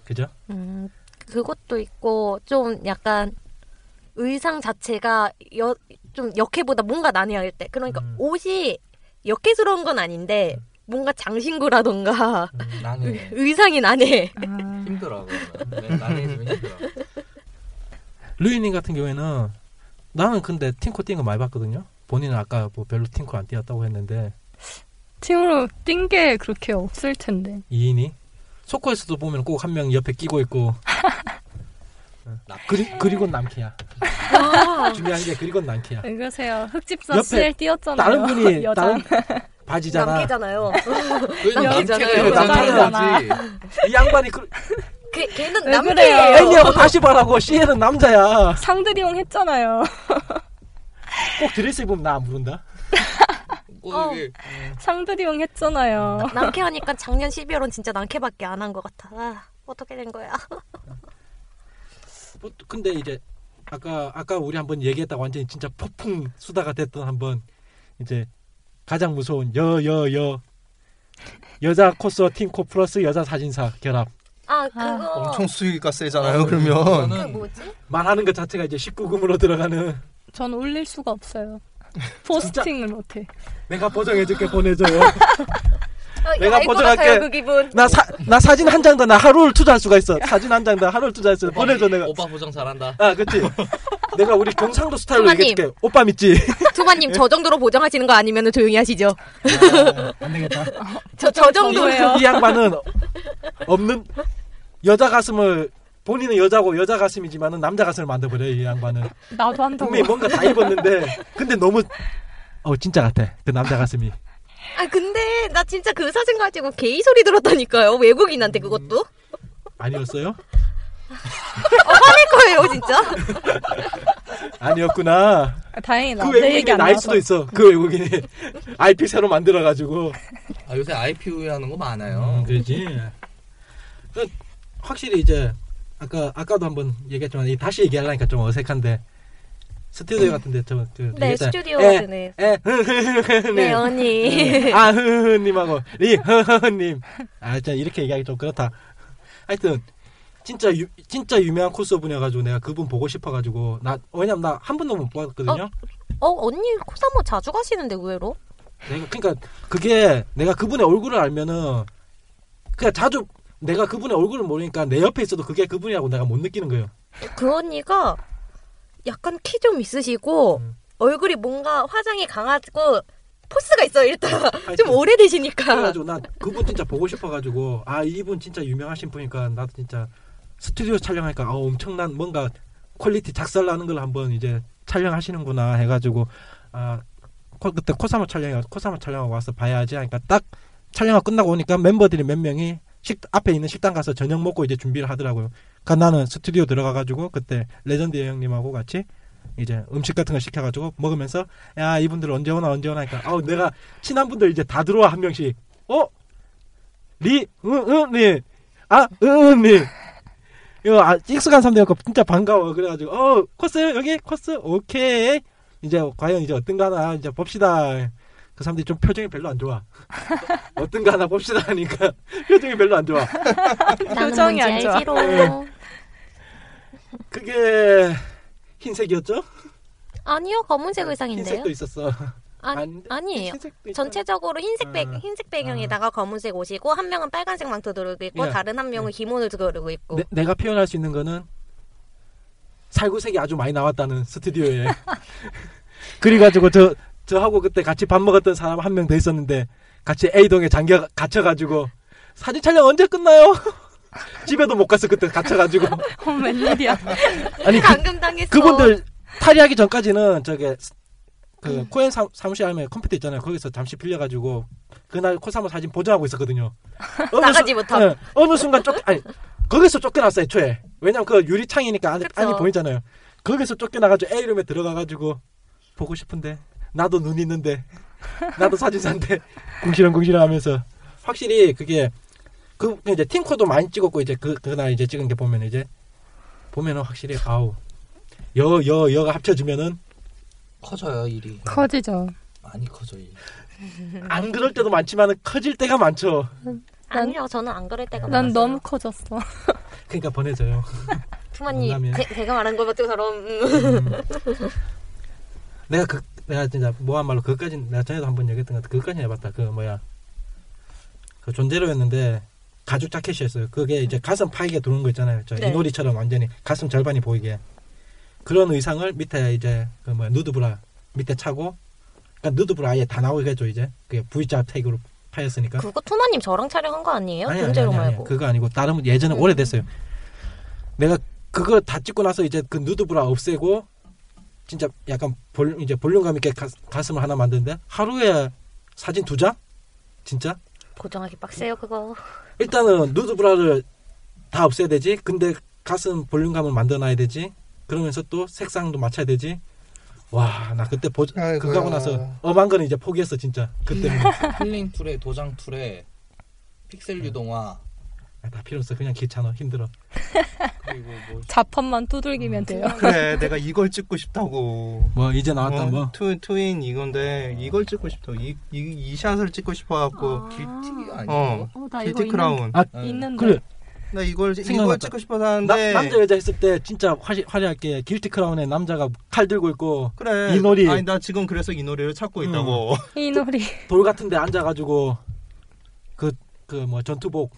그죠?
음, 그것도 있고 좀 약간 의상 자체가 여, 좀 역해보다 뭔가 난해할 때 그러니까
음.
옷이 역해스러운 건 아닌데 뭔가 장신구라던가
음, 나는
*laughs* 의상이 난해 아. *laughs*
힘들어. 그거는. 네, 나는 좀 힘들어.
루이님 같은 경우에는 나는 근데 팅코 뛴거 많이 봤거든요. 본인은 아까 뭐 별로 팅코 안 뛰었다고 했는데
팀으로 뛴 게 그렇게 없을 텐데.
이인이 소코에서도 보면 꼭 한 명 옆에 끼고 *laughs* 있고 어, 그리 그리고 남캐야. 중요한 게 그리고 남캐야.
왜 그러세요? 흑집사
옆에
CL 뛰었잖아요.
다른
*laughs*
분이
여자.
다른 바지잖아.
남캐잖아요.
남캐가
남자잖아.
남자지.
이 양반이 그,
그, 걔는
왜
남캐예요.
그래요?
애니하고 다시 봐라고 CL은 남자야.
상드리용 했잖아요. *laughs*
꼭 드레스 입으면 나 안 부른다.
어, 이게
상드리용 했잖아요.
남캐 하니까 작년 12월은 진짜 남캐밖에 안 한 것 같아. 아, 어떻게 된 거야?
뭐, 근데 이제 아까 아까 우리 한번 얘기했다 완전히 진짜 폭풍 수다가 됐던 한번 이제 가장 무서운 여 여 여 여자 코스어 팀코 플러스 여자 사진사 결합
아, 그거.
엄청 수위가 세잖아요. 그러면
그
저는
뭐지?
말하는 것 자체가 이제 19금으로 들어가는
전 올릴 수가
*laughs*
없어요. 포스팅을 못해.
내가 보정해줄게
*laughs*
보내줘요
아,
내가
알것
보정할게.
같아요, 그 기분.
나, 사, 나 사진 한 장 더 나 하루를 투자할 수가 있어 사진 한 장 더 하루를 투자할 수 있어 보내줘 내가
오빠 보정 잘한다.
아 그치 내가 우리 경상도 스타일로
부모님.
얘기해줄게 오빠 믿지
투바님, 저 정도로 보정하시는 거 아니면 조용히 하시죠.
안 되겠다
*laughs* 저, 저 정도예요.
이 양반은 없는 여자 가슴을 본인은 여자고 여자 가슴이지만은 남자 가슴을 만들어버려 요이 양반은
나도 한다고.
분명히 뭔가 다 입었는데 근데 너무
*laughs*
어 진짜 같아 그 남자 가슴이
아, 근데 나 진짜 그 사진 가지고 게이 소리 들었다니까요. 외국인한테 그것도.
아니었어요?
어, 화낼 거예요, 진짜.
아니었구나
아, 다행이다.
그
내 얘기
외국인이
안
나일
나와서.
수도 있어 그
*laughs*
외국인이 *laughs* IP 새로 만들어가지고
아, 요새 IP 우회하는 거 많아요.
음, 그렇지 그, 확실히 이제 아까 아까도 한번 얘기했지만 이 다시 얘기하려니까 좀 어색한데 스튜디오 같은데 저그
네, 스튜디오
에,
같은 애.
에, 예, 흐흐흐흐,
네, 언니.
아 흐흐님하고 리 흐흐님 아 진짜 이렇게 얘기하기 좀 그렇다 하여튼 진짜 유, 진짜 유명한 코스 분이어가지고 내가 그분 보고 싶어가지고 나 왜냐면 나 한 번도 못 봤거든요
어, 언니 코사모 자주 가시는데, 의외로.
내가 그러니까 그게 내가 그분의 얼굴을 알면은 그냥 그러니까 자주 내가 그분의 얼굴을 모르니까 내 옆에 있어도 그게 그분이라고 내가 못 느끼는 거예요
그 언니가 약간 키 좀 있으시고
음.
얼굴이 뭔가 화장이 강하고 포스가 있어요 일단
아,
*laughs* 좀 오래되시니까
그래가지고 나 그분 진짜 보고 싶어가지고 아 이분 진짜 유명하신 분이니까 나도 진짜 스튜디오 촬영하니까 아, 엄청난 뭔가 퀄리티 작살나는 걸 한번 이제 촬영하시는구나 해가지고 아 코- 그때 코사모 촬영 코사모 촬영하고 와서 봐야지 하니까 딱 촬영하고 끝나고 오니까 멤버들이 몇 명이 식 앞에 있는 식당 가서 저녁 먹고 이제 준비를 하더라고요. 그러니까 나는 스튜디오 들어가가지고 그때 레전드 형님하고 같이 이제 음식 같은 걸 시켜가지고 먹으면서 야 이분들 언제 오나 언제 오나 하니까 아우 내가 친한 분들 이제 다 들어와 한 명씩 어? 리? 응, 응, 리. 아, 응, 응, 리. 이거 아, 익숙한 사람들이고 진짜 반가워. 그래가지고, 어, 코스, 여기 코스, 오케이. 이제 과연 이제 어떤가나, 이제 봅시다. 그 사람들이 좀 표정이 별로 안 좋아. 어떤가나 봅시다 하니까 *laughs* 표정이 별로 안 좋아.
표정이 안 좋아.
알지롱
*laughs* 그게 흰색이었죠?
아니요 검은색 의상인데요
흰색도 있었어.
아니,
아닌데?
아니에요
흰색도 있잖아.
전체적으로 흰색 배
아,
흰색 배경에다가 검은색 옷이고 한 명은 빨간색 망토 두르고 있고
예.
다른 한 명은 기모노 두르고 있고
내, 내가 표현할 수 있는 거는 살구색이 아주 많이 나왔다는
*laughs*
스튜디오에 그래가지고 저 저하고 그때 같이 밥 먹었던 사람 한 명 더 있었는데 같이 A동에 잠겨 갇혀가지고 사진 촬영 언제 끝나요? 집에도 못 갔어 그때 갇혀가지고
어,
*laughs*
웬일이야.
*laughs* 아니 그,
감금 당했어
그분들 탈의하기 전까지는 저게 스- 그 코엔 사, 사무실 안에 컴퓨터 있잖아요 거기서 잠시 빌려가지고 그날 코사모 사진 보정하고 있었거든요 어느
*laughs* 나가지
순-
못함.
예, 어느 순간 쫓 아니 거기서 쫓겨났어요 애초에 왜냐면 그 유리창이니까 안, 안이
그쵸.
보이잖아요 거기서 쫓겨나가지고 A룸에 들어가가지고 보고 싶은데 나도 눈 있는데 나도 사진사인데 궁시렁궁시렁 하면서 확실히 그게 그 이제 팀코도 많이 찍었고 이제 그 그날 이제 찍은 게 보면 이제 보면은 확실히 아우 여 여 여가 합쳐지면은
커져요 일이
커지죠.
많이 커져 일.
음.
안 그럴 때도 많지만 커질 때가 많죠.
난-
아니요, 어, 저는 안 그럴 때가 많아요.
난 너무 커졌어.
그러니까 보내줘요.
부모님,
농담이에요.
제, 제가 말한 것 음, 같은 사람.
음. 내가 그 내가 진짜 뭐한 말로 그것까지 내가 전에도 한 번 얘기했던 것 같아. 그것까지 해봤다. 그 뭐야 그 존재로였는데 가죽 자켓이었어요. 그게 이제 가슴 파이게 들어온 거 있잖아요. 저
네.
이놀이처럼 완전히 가슴 절반이 보이게 그런 의상을 밑에 이제 그 뭐야 누드브라 밑에 차고 그러니까 누드브라 아예 다 나오게 해줘 이제 그게 V자 태그로 파였으니까.
그거 토마님 저랑 촬영한 거 아니에요?
아니,
존재로
아니, 아니,
말고.
아니. 그거 아니고 다른 예전에
음.
오래됐어요. 내가 그거 다 찍고 나서 이제 그 누드브라 없애고 진짜 약간 볼 이제 볼륨감 있게 가, 가슴을 하나 만드는데 하루에 사진 두 장? 진짜?
고정하기 빡세요 그거.
일단은 누드브라를 다 없애야 되지. 근데 가슴 볼륨감을 만들어놔야 되지. 그러면서 또 색상도 맞춰야 되지. 와, 나 그때 보,
아이고야.
그거 하고 나서 엄한 거는 이제 포기했어, 진짜. 그때.
*laughs* 힐링 툴에 도장 툴에 픽셀 유동화
아, 다 필요 없어. 그냥 귀찮아.
*laughs*
힘들어.
그리고 뭐
자판만 두들기면 돼요.
그래 내가 이걸 찍고 싶다고
뭐, 이제 나왔다,
어,
뭐.
투, 투인 이건데 이걸 찍고 싶다고 이, 이, 이 샷을 찍고 싶어갖고
길티기 아니에요?
어
어, 나 이거
길티
있는,
크라운
아,
있는데.
그래.
나 이걸 이걸
생각났다.
찍고 싶어서
나,
하는데
남자 여자 했을 때 진짜 화시, 화려하게 길티 크라운에 남자가 칼 들고 있고
그래
이 놀이. 음.
아니 나 지금 그래서 이 놀이를 찾고 있다고
이 놀이.
돌 같은데 앉아가지고 그 그 뭐 전투복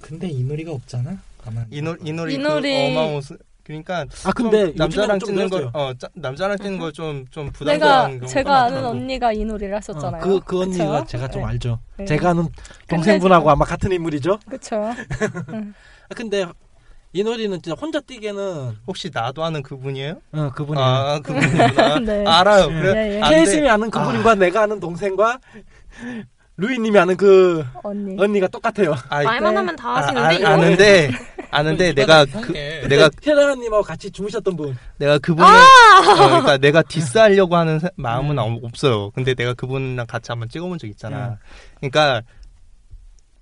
근데 이 놀이가 없잖아. 가만.
이 놀 이 놀이
이
그
놀이.
어마우스 그러니까
아 근데
남자랑
요즘에는 좀
찍는
늘었어요.
걸어 남자랑 찍는 걸 좀 좀
그
부담스러운
내가
경우가
제가 아는
많더라고.
언니가 이 놀이를 하셨잖아요.
어, 그, 그 언니가
그쵸?
제가 좀
네.
알죠
네.
제가 아는 동생분하고 아마 같은 인물이죠
그쵸.
아, 근데 이 놀이는 진짜 혼자 뛰기에는
혹시 나도 아는 그분이에요?
어, 그분이
아 그분이구나
*laughs* 네.
알아요
네.
그래
예, 예.
안 돼.
케이스님이 아는 그분과 내가 아는 동생과 루이님이 아는 그
언니.
언니가 똑같아요
아이,
말만
네.
하면 다
아,
하시는데
아,
이거
아는데 아는데 내가 그 내가
테라님하고 네, 같이 주무셨던 분
내가 그분을
아!
어, 그러니까 내가 디스하려고 하는 사- 마음은
네.
아무- 없어요. 근데 내가 그분이랑 같이 한번 찍어본 적 있잖아. 그러니까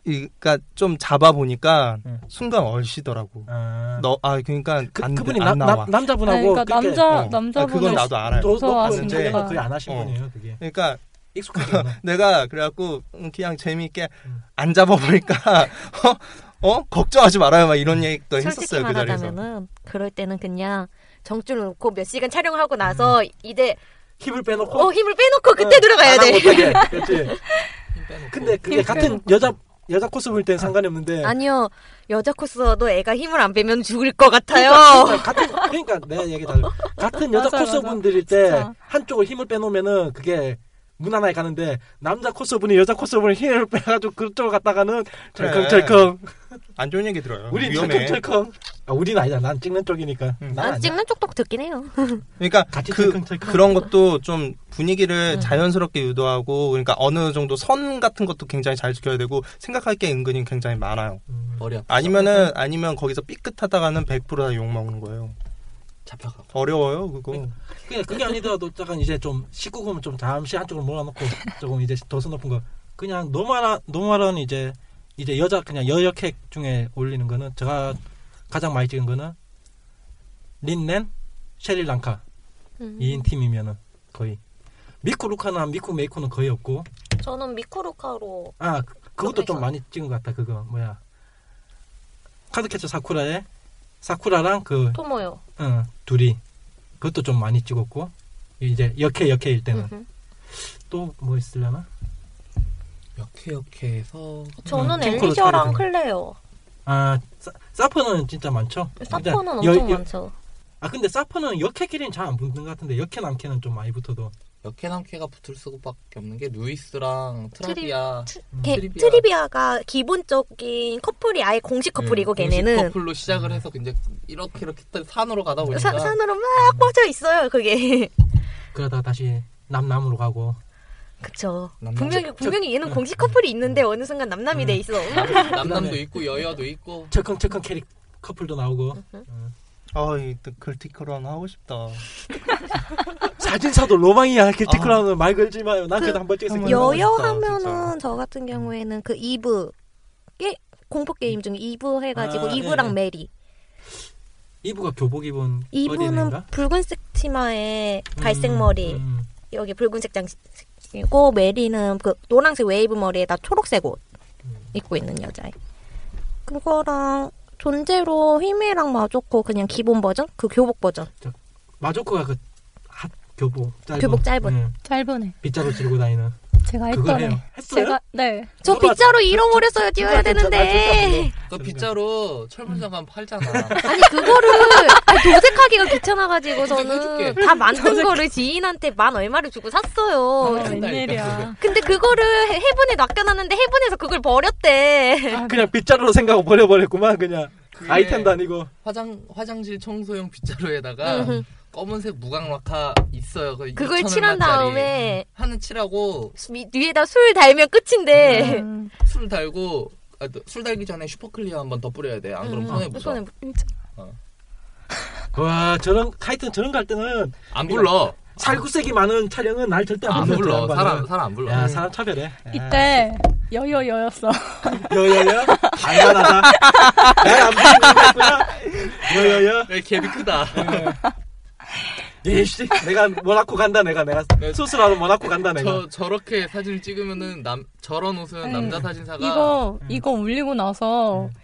이- 그러니까 좀 잡아 보니까
음.
순간 얼시더라고.
아,
너 아 그러니까
그,
안, 돼,
그분이
안
나,
나와.
나, 남자분하고
아니, 그러니까
그렇게-
남자
어. 아,
남자분은
그건 나도 알아요.
도,
무서워하시는
높은 자녀가
거야.
거의 안 하신
어.
분이에요 그게
그러니까
익숙하구나
*laughs* 내가 그래갖고 음, 그냥 재미있게 안 잡아보니까 *laughs* 어? 어? 걱정하지 말아요 막 이런 얘기도
솔직히
했었어요 그 자리에서.
말하자면은 그럴 때는 그냥 정줄 놓고 몇 시간 촬영하고 나서 이제
힘을 빼놓고
어 힘을 빼놓고 그때
어,
들어가야
안 하고
돼. *laughs*
못하게. 그렇지 근데 그게
힘
같은
빼놓고.
여자 여자 코스볼 때는 상관이 없는데
아니요 여자 코스도 애가 힘을 안 빼면 죽을 것 같아요.
그러니까 같은 그러니까 내 얘기
*laughs*
잘 같은 여자
맞아,
코스분들일 때
진짜.
한쪽을 힘을 빼놓으면은 그게 무난하게 가는데 남자 코스분이 여자 코스분을 힘을 빼가지고 그쪽으로 갔다가는
그래.
철컹철컹
안 좋은 얘기 들어요.
우린
위험해.
철컹철컹 아, 우린 아니다 난 찍는 쪽이니까
음.
난 아니야.
찍는 쪽도 듣긴 해요.
그러니까
같이
그
철컹철컹
그런 것도 좀 분위기를
음.
자연스럽게 유도하고 그러니까 어느 정도 선 같은 것도 굉장히 잘 지켜야 되고 생각할 게 은근히 굉장히 많아요.
머리 아프.
아니면은 아니면 거기서 삐끗하다가는 100%다욕 먹는 거예요.
잡혀가.
어려워요
네.
그거.
그게, 그게 아니더라도 약간 이제 좀 19금은 좀 잠시 한쪽으로 몰아놓고 조금 이제 도수 높은 거 그냥 노멀한 노멀한 이제 이제 여자 그냥 여역핵 중에 올리는 거는 제가 가장 많이 찍은 거는 린넨 셰릴랑카
음.
2인 팀이면은 거의 미쿠 루카나 미쿠 메이코는 거의 없고
저는 미코루카로
아 그- 그것도 좀
그래서-
많이 찍은 것 같다 그거 뭐야 카드캐쳐 사쿠라에 사쿠라랑 그
토모요.
응, 둘이 그것도 좀 많이 찍었고 이제 역해 역해일 때는
음.
또 뭐 있으려나?
이렇게 이렇게 해서
어, 저는
음, 팀코로
엘리셔랑
차리죠.
클레요.
아 사, 사퍼는 진짜 많죠. 근데
사포는
여-
엄청
여-
많죠.
아 근데 사퍼는 역해끼리는 잘 안 붙는 것 같은데 역해 남캐는 좀 많이 붙어도
역해 남캐가 붙을 수밖에 없는 게 루이스랑 트라비아.
트리-
음.
걔-
트리비아.
트리비아가 기본적인 커플이 아예 공식
음,
커플이고
네, 공식
걔네는
커플로 시작을 해서 이제 이렇게 이렇게 딱 산으로 가다 보니까
사- 산으로 막 뻗어 있어요 그게. *laughs*
그러다가 다시 남남으로 가고
그쵸.
남남-
분명히
저-
분명히
음.
얘는 공식 커플이 있는데 어느 순간 남남이 돼 있어.
남남도 있고 여여도 있고
철컹철컹 캐릭 커플도
음.
나오고
아이또 그, 글티컬한 하고
뭐,
싶다.
사진사도 로망이야 그
아.
길티크라운을 말 걸지 마요. 난
그
그래도 한 번 찍었을
한번
거야.
여-
여여
멋있다,
하면은 저 같은 경우에는 그 이브 게 공포 게임 중에 이브 해가지고
아,
이브랑
예, 예.
메리
이브가 교복 입은
이분은
어린애인가?
붉은색 치마에 갈색
음,
머리
음.
여기 붉은색 장식이고 메리는 그 노란색 웨이브 머리에다 초록색 옷
음.
입고 있는 여자애. 그거랑 존재로 희미랑 마조코 그냥 기본 버전? 그 교복 버전.
마조코가 그 핫 교복 짧은
교복 짧은.
음,
짧으네.
빗자루 들고 다니는
제가 아,
그거
했더래.
해요. 했어요?
제가 네.
저
누가-
빗자루 잃어버렸어요. 뛰어야
누가 괜찮아,
되는데.
그 빗자루 철문점 가면 팔잖아.
아니 그거를 아니, 도색하기가 귀찮아가지고 저는
해줄게.
*laughs*
다 만든 거를 지인한테 만 얼마를 주고 샀어요.
아, 웬일이야.
근데 그거를 해븐에 낚여놨는데 해븐에서 그걸 버렸대.
그냥 빗자루로 생각하고 버려버렸구만 그냥
그게
아이템도 아니고
화장 화장실 청소용 빗자루에다가
음흠.
검은색 무광 락카 있어요. 그
그걸
6,000원
칠한
짜리.
다음에
하는 칠하고
수- 위- 위에다 술 달면 끝인데.
음,
술 달고 아, 또술 달기 전에 슈퍼 클리어 한 번 더 뿌려야 돼. 안 그럼
음,
손해 보죠.
손해
와 저런 하여튼 저런 갈등은
안 불러.
살구색이 많은 촬영은 날 절대
안
안 불러
불러.
저런
사람
거는.
사람 안 불러.
야 사람 차별해
아, 이때
아,
여여여였어.
여여여 갈만하다 날안 부르는 거구나 여여여
음. 야, 갭이
*laughs*
크다.
예씨 내가 모나코 간다 내가 내가 수술하러 모나코 간다 내가
저 저렇게 사진을 찍으면은 남 저런 옷은
음.
남자 사진사가
*laughs* 이거
음.
이거 올리고 나서
네.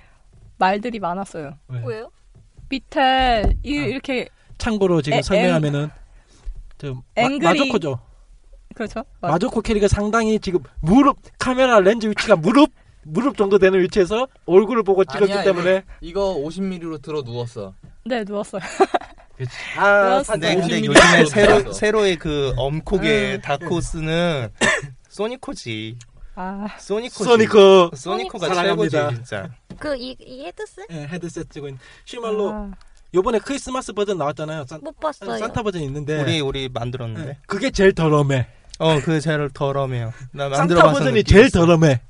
말들이 많았어요.
왜요?
밑에
아.
이, 이렇게
참고로
에,
지금
에.
설명하면은 저 마,
앵글이-
마조코죠
그렇죠. 맞-
마조코 캐릭터 상당히 지금 무릎 카메라 렌즈 위치가 무릎 무릎 정도 되는 위치에서 얼굴을 보고 찍었기
아니야,
때문에
이거 50mm로 들어 누웠어.
네 누웠어요. *laughs*
아
그렇습니다.
사진
네,
네.
근데
엄청
요즘에
미쳤어.
새로 새로의 그 엄콕의
음.
다코스는 소니코지.
아
소니코지.
소니코
소니코가
사랑합니다.
최고지 진짜.
그 이 이 헤드셋
예, 헤드셋 찍고 있는 실말로
아,
요번에 크리스마스 버전 나왔잖아요 산,
못 봤어요.
산타 버전 있는데
우리 우리 만들었는데.
예, 그게 제일 더러매
어, 그 제일 더러매요. 나 만들어
산타
봐서
버전이
느끼겠어.
제일 더러매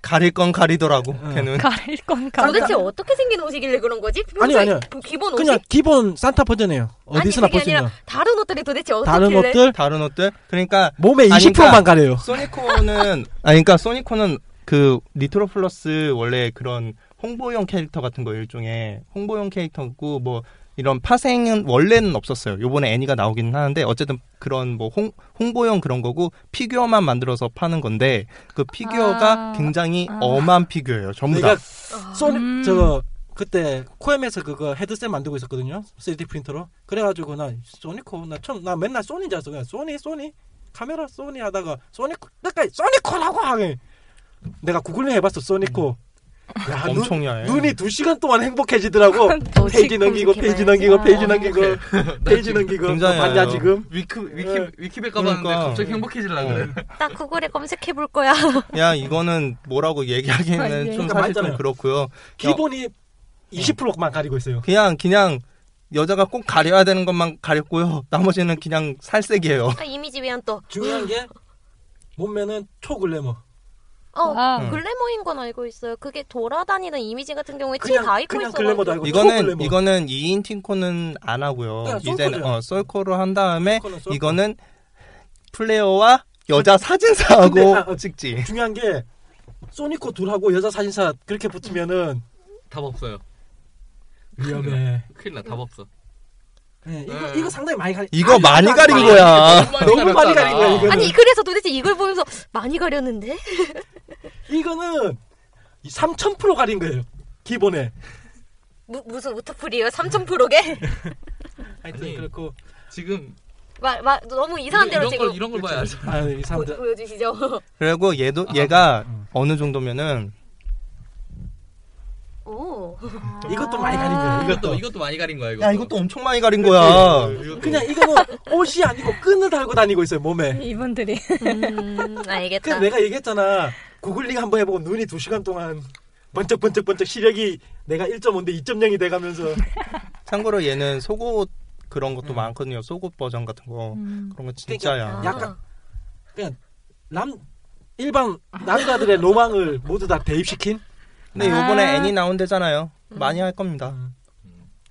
가릴 건 가리더라고.
어.
걔는.
가릴 건 가릴
도대체 어떻게 생긴 옷이길래 그런 거지?
아, 그러니까. 아니,
평소에
아니요.
기본 옷이
그냥 기본 산타 버전이에요 어디서나
아니 그게
볼 수 있는
아니라 다른 옷들이 도대체 어떻게
다른 옷들
다른 옷들. 그러니까
몸에
아니,
20%만
그러니까
가려요
소니코는 아 그러니까 소니코는 그 니트로 플러스 원래 그런 홍보용 캐릭터 같은 거 일종의 홍보용 캐릭터고 뭐 이런 파생은 원래는 없었어요. 요번에 애니가 나오긴 하는데 어쨌든 그런 뭐 홍, 홍보용 그런 거고 피규어만 만들어서 파는 건데 그 피규어가
아.
굉장히
아.
엄한 피규어예요. 전부 다.
내가 그러니까
아.
소니
음.
저거 그때 코엠에서 그거 헤드셋 만들고 있었거든요 3D 프린터로 그래가지고 나 소니코 나 처음 나 맨날 소니인 줄 알았어 그냥 소니 소니 카메라 소니 하다가 소니코 끝까지 소니코라고 하게 내가 구글링 해봤어 소니코 야, 눈-
음. 엄청 야해.
눈이 두 시간 동안 행복해지더라고
아,
또
페이지
지금
넘기고
아, 뭐
페이지
이렇게 말해서.
넘기고 어, 페이지
어,
넘기고 *laughs*
네.
페이지
*laughs*
넘기고
굉장히
봤냐
해요.
지금
위키 위키 위키백 가봤는데
그러니까.
갑자기 행복해지려
어.
음.
그래.
나 구글에 검색해 볼 거야.
야 이거는 뭐라고
아,
얘기하기에는
예.
좀
그러니까
사실
맞잖아요.
좀 그렇고요.
기본이 20%만 가리고 있어요
그냥 그냥 여자가 꼭 가려야 되는 것만 가렸고요. *laughs* 나머지는 그냥 살색이에요.
어,
아, 이미지 위안 또.
중요한 게 몸매는 초글래머
어
아,
음.
글래머인 건 알고 있어요. 그게 돌아가다니는 이미지 같은 경우에
그냥-
티다 입고
그냥
있어.
글래머도 알고
이거는
초글래머.
이거는 2인 팀코는 안 하고요.
그냥
이제는
썰코죠.
어, 썰코로 한 다음에
썰코는 썰코.
이거는 플레이어와 여자 사진사하고
*laughs* 근데, 아, 어,
찍지.
중요한 게 소니코 둘하고 여자 사진사 그렇게 붙으면은
답 없어요.
위험해.
큰일 나. 답 없어.
네, 이거
네.
이거 상당히 많이 가리.
이거
아니,
많이
아니,
가린
아니,
거야.
너무 많이 가린 거야 이거는.
아니 그래서 도대체 이걸 보면서 많이 가렸는데?
이거는 3,000% 가린 거예요. 기본에.
무, 무슨 우타풀이에요? 3000 프로게?
하여튼
아니.
그렇고
지금
막, 막 너무 이상한
이런
데로
걸
지금
이런 걸 봐야 죠
아, 이
보,
사람들
보여주시죠.
그리고
아,
얘도 얘가 어느 정도면은
*laughs* 오.
이것도 많이 가린 거예요. 아,
이것도
이것도. 네.
이것도 많이 가린 거야 이거.
야 이것도 엄청 많이 가린 거야.
그냥 이거는 옷이 아니고 끈을 달고 다니고 있어요 몸에.
이분들이
음,
그
알겠다.
내가 얘기했잖아. 구글링 한번 해보고 눈이 2 시간 동안 번쩍번쩍번쩍 시력이 내가 1.5인데 2.0이 돼가면서
참고로 얘는 속옷 그런 것도 많거든요. 속옷 버전 같은 거 그런 거
그러니까
진짜야.
야, 음. 약간 남 일반 남자들의 로망을 모두 다 대입시킨.
근데 요번에
아.
애니 나온대잖아요. 많이 할 겁니다.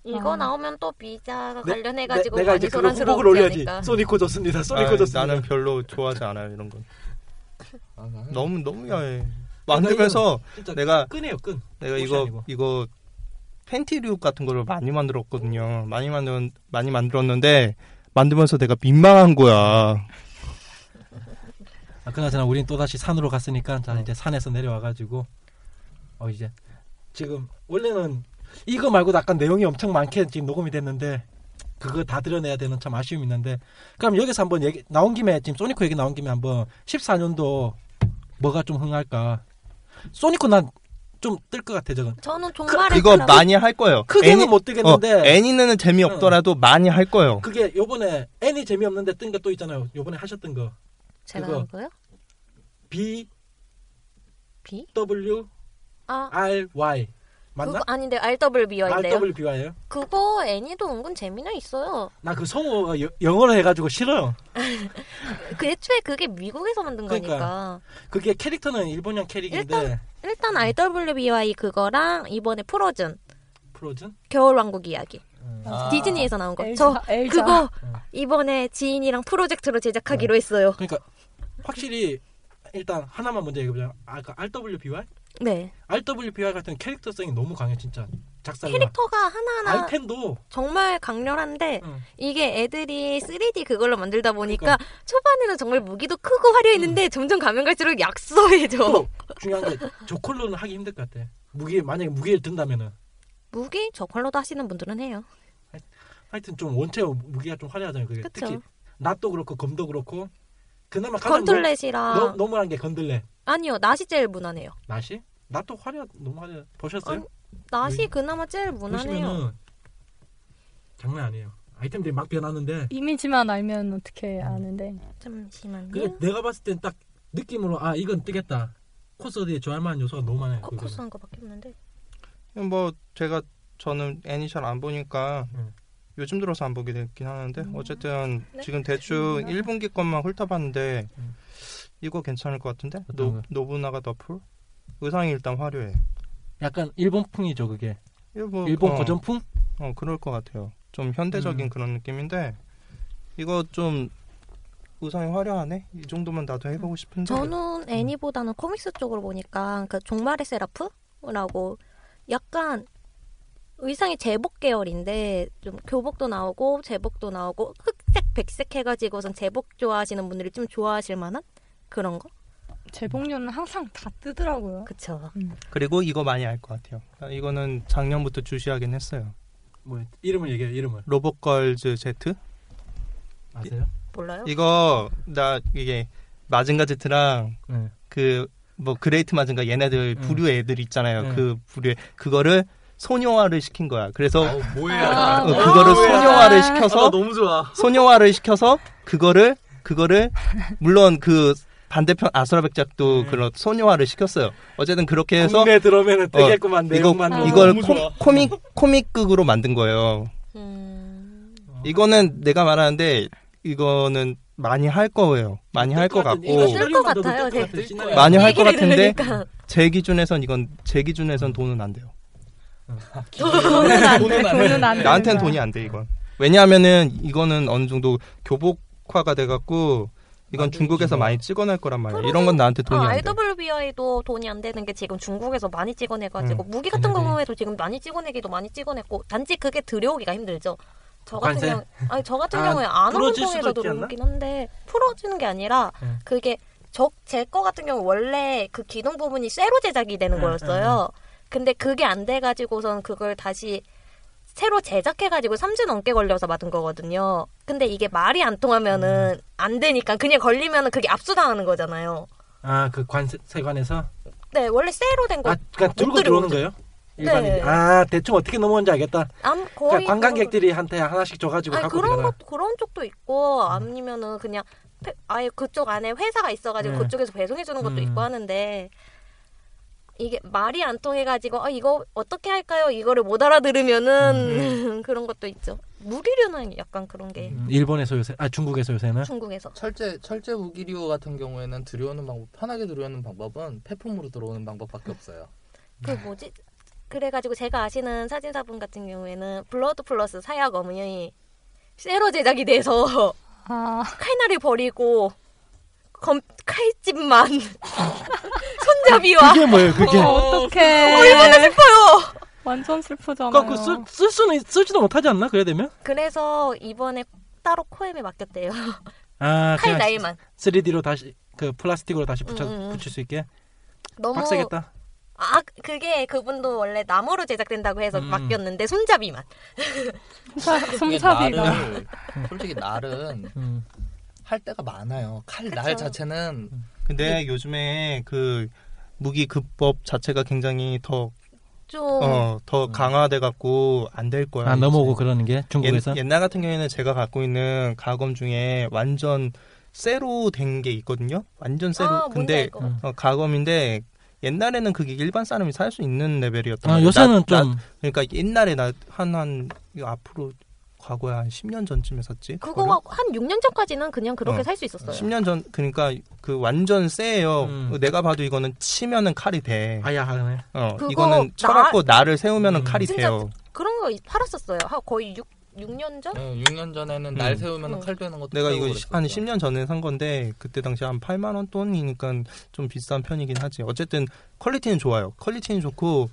이거 나오면 또 비자가
내-
관련해가지고
네. 내- 내가 이제
많이
그런 후복을
소란스럽지
올려야지.
않을까.
소니코 좋습니다. 소니코
아이,
좋습니다.
나는 별로 좋아하지 않아요 이런 건.
아, 나는-
아,
너무 너무 야해. 예. 만들면서
진짜
내가
끈이에요 끈.
내가
옷이
이거
아니고.
이거 팬티류 같은 거를 많이 만들었거든요. 많이 만들 많이 만들었는데 만들면서 내가 민망한 거야.
아, 그나저나 우린 또다시 산으로 갔으니까 자 이제 산에서 내려와가지고 어 이제 지금 원래는 이거 말고도 아까 내용이 엄청 많게 지금 녹음이 됐는데 그거 다 드려내야 되는 참 아쉬움이 있는데 그럼 여기서 한번 얘기 나온 김에 지금 소니코 얘기 나온 김에 한번 14년도 뭐가 좀 흥할까 소니코 난 좀 뜰 것 같아 저건
저는 종말의
이거
그런-
많이 할 거예요.
크게는
애니-
못 뜨겠는데 어.
어, 애니는 재미없더라도 많이 할 거예요.
그게 요번에 애니 재미없는데 뜬 거 또 있잖아요 요번에 하셨던 거
제가
그거.
한 거요?
B
B?
W
아
R Y 맞나?
그거 아닌데 네 RWBY인데요.
R W B Y요?
그거 애니도 은근 재미나 있어요.
나 그 성우가 여- 영어로 해가지고 싫어요.
*laughs* 그 애초에 그게 미국에서 만든 거니까.
그게 캐릭터는 일본형 캐릭인데
일단 RWBY 그거랑 이번에 프로즌
프로즌?
겨울 왕국 이야기
아.
디즈니에서 나온 거.
엘자,
저
엘자.
그거
어.
이번에 지인이랑 프로젝트로 제작하기로 했어요.
그러니까 확실히 일단 하나만 먼저 얘기해보자. 아까 R W B Y?
네.
R W B Y 같은 캐릭터성이 너무 강해 진짜 작사가.
캐릭터가 하나하나
아이템도
정말 강렬한데
응.
이게 애들이 3D 그걸로 만들다 보니까 초반에는 정말 무기도 크고 화려했는데 점점 가면 갈수록 약소해져.
또 중요한 게 저콜로는 하기 힘들 것 같아. 무기 만약에 무기를 든다면은
무기 저컬로도 하시는 분들은 해요.
하여튼 좀 원체 무기가 좀 화려하잖아요. 그게
그쵸.
특히 낫도 그렇고 검도 그렇고 그나마 가장
건틀렛이랑
노, 노, 노멀한 게 건들레.
아. 아니요 낫이 제일 무난해요.
낫이? 낫도 화려 너무 화려 보셨어요?
아니, 낫이
여기.
그나마 제일 무난해요.
보시면은 장난 아니에요. 아이템들이 막 변하는데
이미지만 알면 어떻게 아는데.
잠시만요.
그게 내가 봤을 땐 딱 느낌으로 아 이건 뜨겠다. 코스어디에 좋아할 만한 요소가 너무 많아요.
코-
그거는.
코스한 거밖에 없는데.
뭐 제가 저는 애니 잘 안 보니까
음.
요즘 들어서 안 보게 됐긴 하는데 어쨌든
네.
지금 대충 1분기 것만 훑어봤는데
음.
이거 괜찮을 것 같은데
어떤
노,
거?
노부나가 더풀 의상이 일단 화려해
약간 일본풍이죠 그게.
일본,
일본
어,
고전풍?
어 그럴 것 같아요 좀 현대적인
음.
그런 느낌인데 이거 좀 의상이 화려하네 이 정도면 나도 해보고 싶은데
저는 애니보다는 코믹스 쪽으로 보니까 그 종말의 세라프라고 약간 의상이 제복 계열인데 좀 교복도 나오고 제복도 나오고 흑색 백색 해가지고선 제복 좋아하시는 분들이 좀 좋아하실 만한 그런 거.
재봉료는 항상 다 뜨더라고요.
그쵸.
그리고 이거 많이 알 것 같아요 아, 이거는 작년부터 주시하긴 했어요
뭐 이름을 얘기해 요 이름을
로봇걸즈 Z
아세요?
몰라요?
이거 나 이게 마징가 제트랑
네.
그 뭐 그레이트 마징가 얘네들
음.
부류 애들 있잖아요.
네.
그 부류에 그거를 소녀화를 시킨 거야. 그래서
어,
아,
뭐야.
어, 그거를
뭐야.
소녀화를
아, 나
시켜서
너무 좋아.
소녀화를 시켜서 그거를 그거를 물론 그 반대편 아수라 백작도 그런 소녀화를 시켰어요. 어쨌든 그렇게 해서
국내 들어오면은
어,
뜨겠구만
이거
내용만
아.
이걸
너무 좋아.
코, 코믹 코믹극으로 만든 거예요.
음...
이거는 내가 말하는데 이거는 많이 할 거예요. 많이 할 것 같고
어. 이거 쓸것 같아요,
되게.
많이 할 것
얘기를
같은데
들으니까.
제 기준에선 이건 제 기준에선 돈은 안 돼요.
돈은 안 돼.
돈은 안 돼.
돈은
아,
안 돼.
나한테는 돈이 안 돼 이건. 왜냐하면은 이거는 어느 정도 교복화가 돼갖고
아,
이건
네.
중국에서 많이 찍어낼 거란 말이야. 이런 건 나한테 돈이
아,
안 돼.
IWBI도 돈이 안 되는 게 지금 중국에서 많이 찍어내가지고
음.
무기 같은
걔네들이.
경우에도 지금 많이 찍어내기도 많이 찍어냈고 단지 그게 들여오기가 힘들죠. 저 같은
관세?
경우, 아니 저 같은
아,
경우에 안 오는
풀어질 수도
통에서
있지 네.
들어오긴 한데 풀어주는 게 아니라
응.
그게 적제거 같은 경우 원래 그 기둥 부분이 쇠로 제작이 되는
응,
거였어요.
네,
근데 그게 안 돼가지고선 그걸 다시 새로 제작해가지고 3주 넘게 걸려서 받은 거거든요. 근데 이게 말이 안
음.
통하면은 안 되니까 그냥 걸리면은 그게 압수당하는 거잖아요.
아그 관세관에서
네, 원래 쇠로 된 거.
아 그러니까 들고
옷들이
들어오는
오죠.
거예요? 일반인 들아 대충 어떻게 넘어온지 알겠다.
암 거의
그러니까 관광객들이한테 하나씩 줘가지고
그런, 아니
갖고 음.
그런
들어가.
것 그런 쪽도 있고 아니면은 그냥 페- 아예 그쪽 안에 회사가 있어가지고
네.
그쪽에서 배송해 주는 것도
음.
있고 하는데 이게 말이 안 통해가지고 아 이거 어떻게 할까요? 이거를 못 알아들으면은 *laughs* 그런 것도 있죠. 무기류는 약간 그런 게
음, 일본에서 요새 아 중국에서 요새는
중국에서
철제 철제 무기류 같은 경우에는 들여오는 방법 편하게 들여오는 방법은 폐품으로 들어오는 방법밖에 없어요.
그 뭐지? 그래가지고 제가 아시는 사진사분 같은 경우에는 블러드 플러스 사약 어머니 쇠로 제작이 돼서
아,
칼날을 버리고 검 칼집만 *laughs* 손잡이와
그게 뭐예요? 그게
어떡해.
얼마나 슬퍼요.
완전 슬프잖아요.
그러니까 그 쓸, 쓸 수는 있- 쓰지도 못하지 않나 그래야 되면?
그래서 이번에 따로 코엠에 맡겼대요. *laughs*
아,
칼
그냥
나일만.
3D로 다시 그 플라스틱으로 다시 붙여
음, 음.
붙일 수 있게.
너무
빡세겠다.
아 그게 그분도 원래 나무로 제작된다고 해서
음.
맡겼는데 손잡이만. 아,
손잡-
이게
손잡이가.
*laughs*
날을 솔직히 날은
음.
할 때가 많아요. 칼
그쵸.
날 자체는
네.
근데 요즘에 그 무기 급법 자체가 굉장히 더
좀
어,
음.
더 강화돼 갖고 안 될 거야.
아, 넘어오고
이제.
그러는 게 중국에서.
옛, 날 같은 경우에는 제가 갖고 있는 가검 중에 완전 쇠로 된 게 있거든요. 완전 쇠로.
아, 뭔지
근데
알것 같아.
어, 가검인데 옛날에는 그게 일반 사람이 살 수 있는 레벨이었던
아,
거예요.
요새는
나- 나-
좀
그러니까 옛날에 나 한한 앞으로 과거에 한 10년 전쯤에 샀지.
그거 한 6년 전까지는 그냥 그렇게
어.
살 수 있었어요.
10년 전 그러니까 그 완전 쎄예요.
음.
내가 봐도 이거는 치면은 칼이 돼.
아야하네.
어,
그거
이거는 철없고 날을 세우면은
음.
칼이
진짜
돼요.
그런 거 팔았었어요. 한 거의 6, 6년 전?
어, 6년 전에는 날
음.
세우면
음.
칼 되는 것도
내가
팔고
이거
그랬었죠.
한 10년 전에 산 건데 그때 당시 한 8만 원 돈이니까 좀 비싼 편이긴 하지. 어쨌든 퀄리티는 좋아요. 퀄리티는 좋고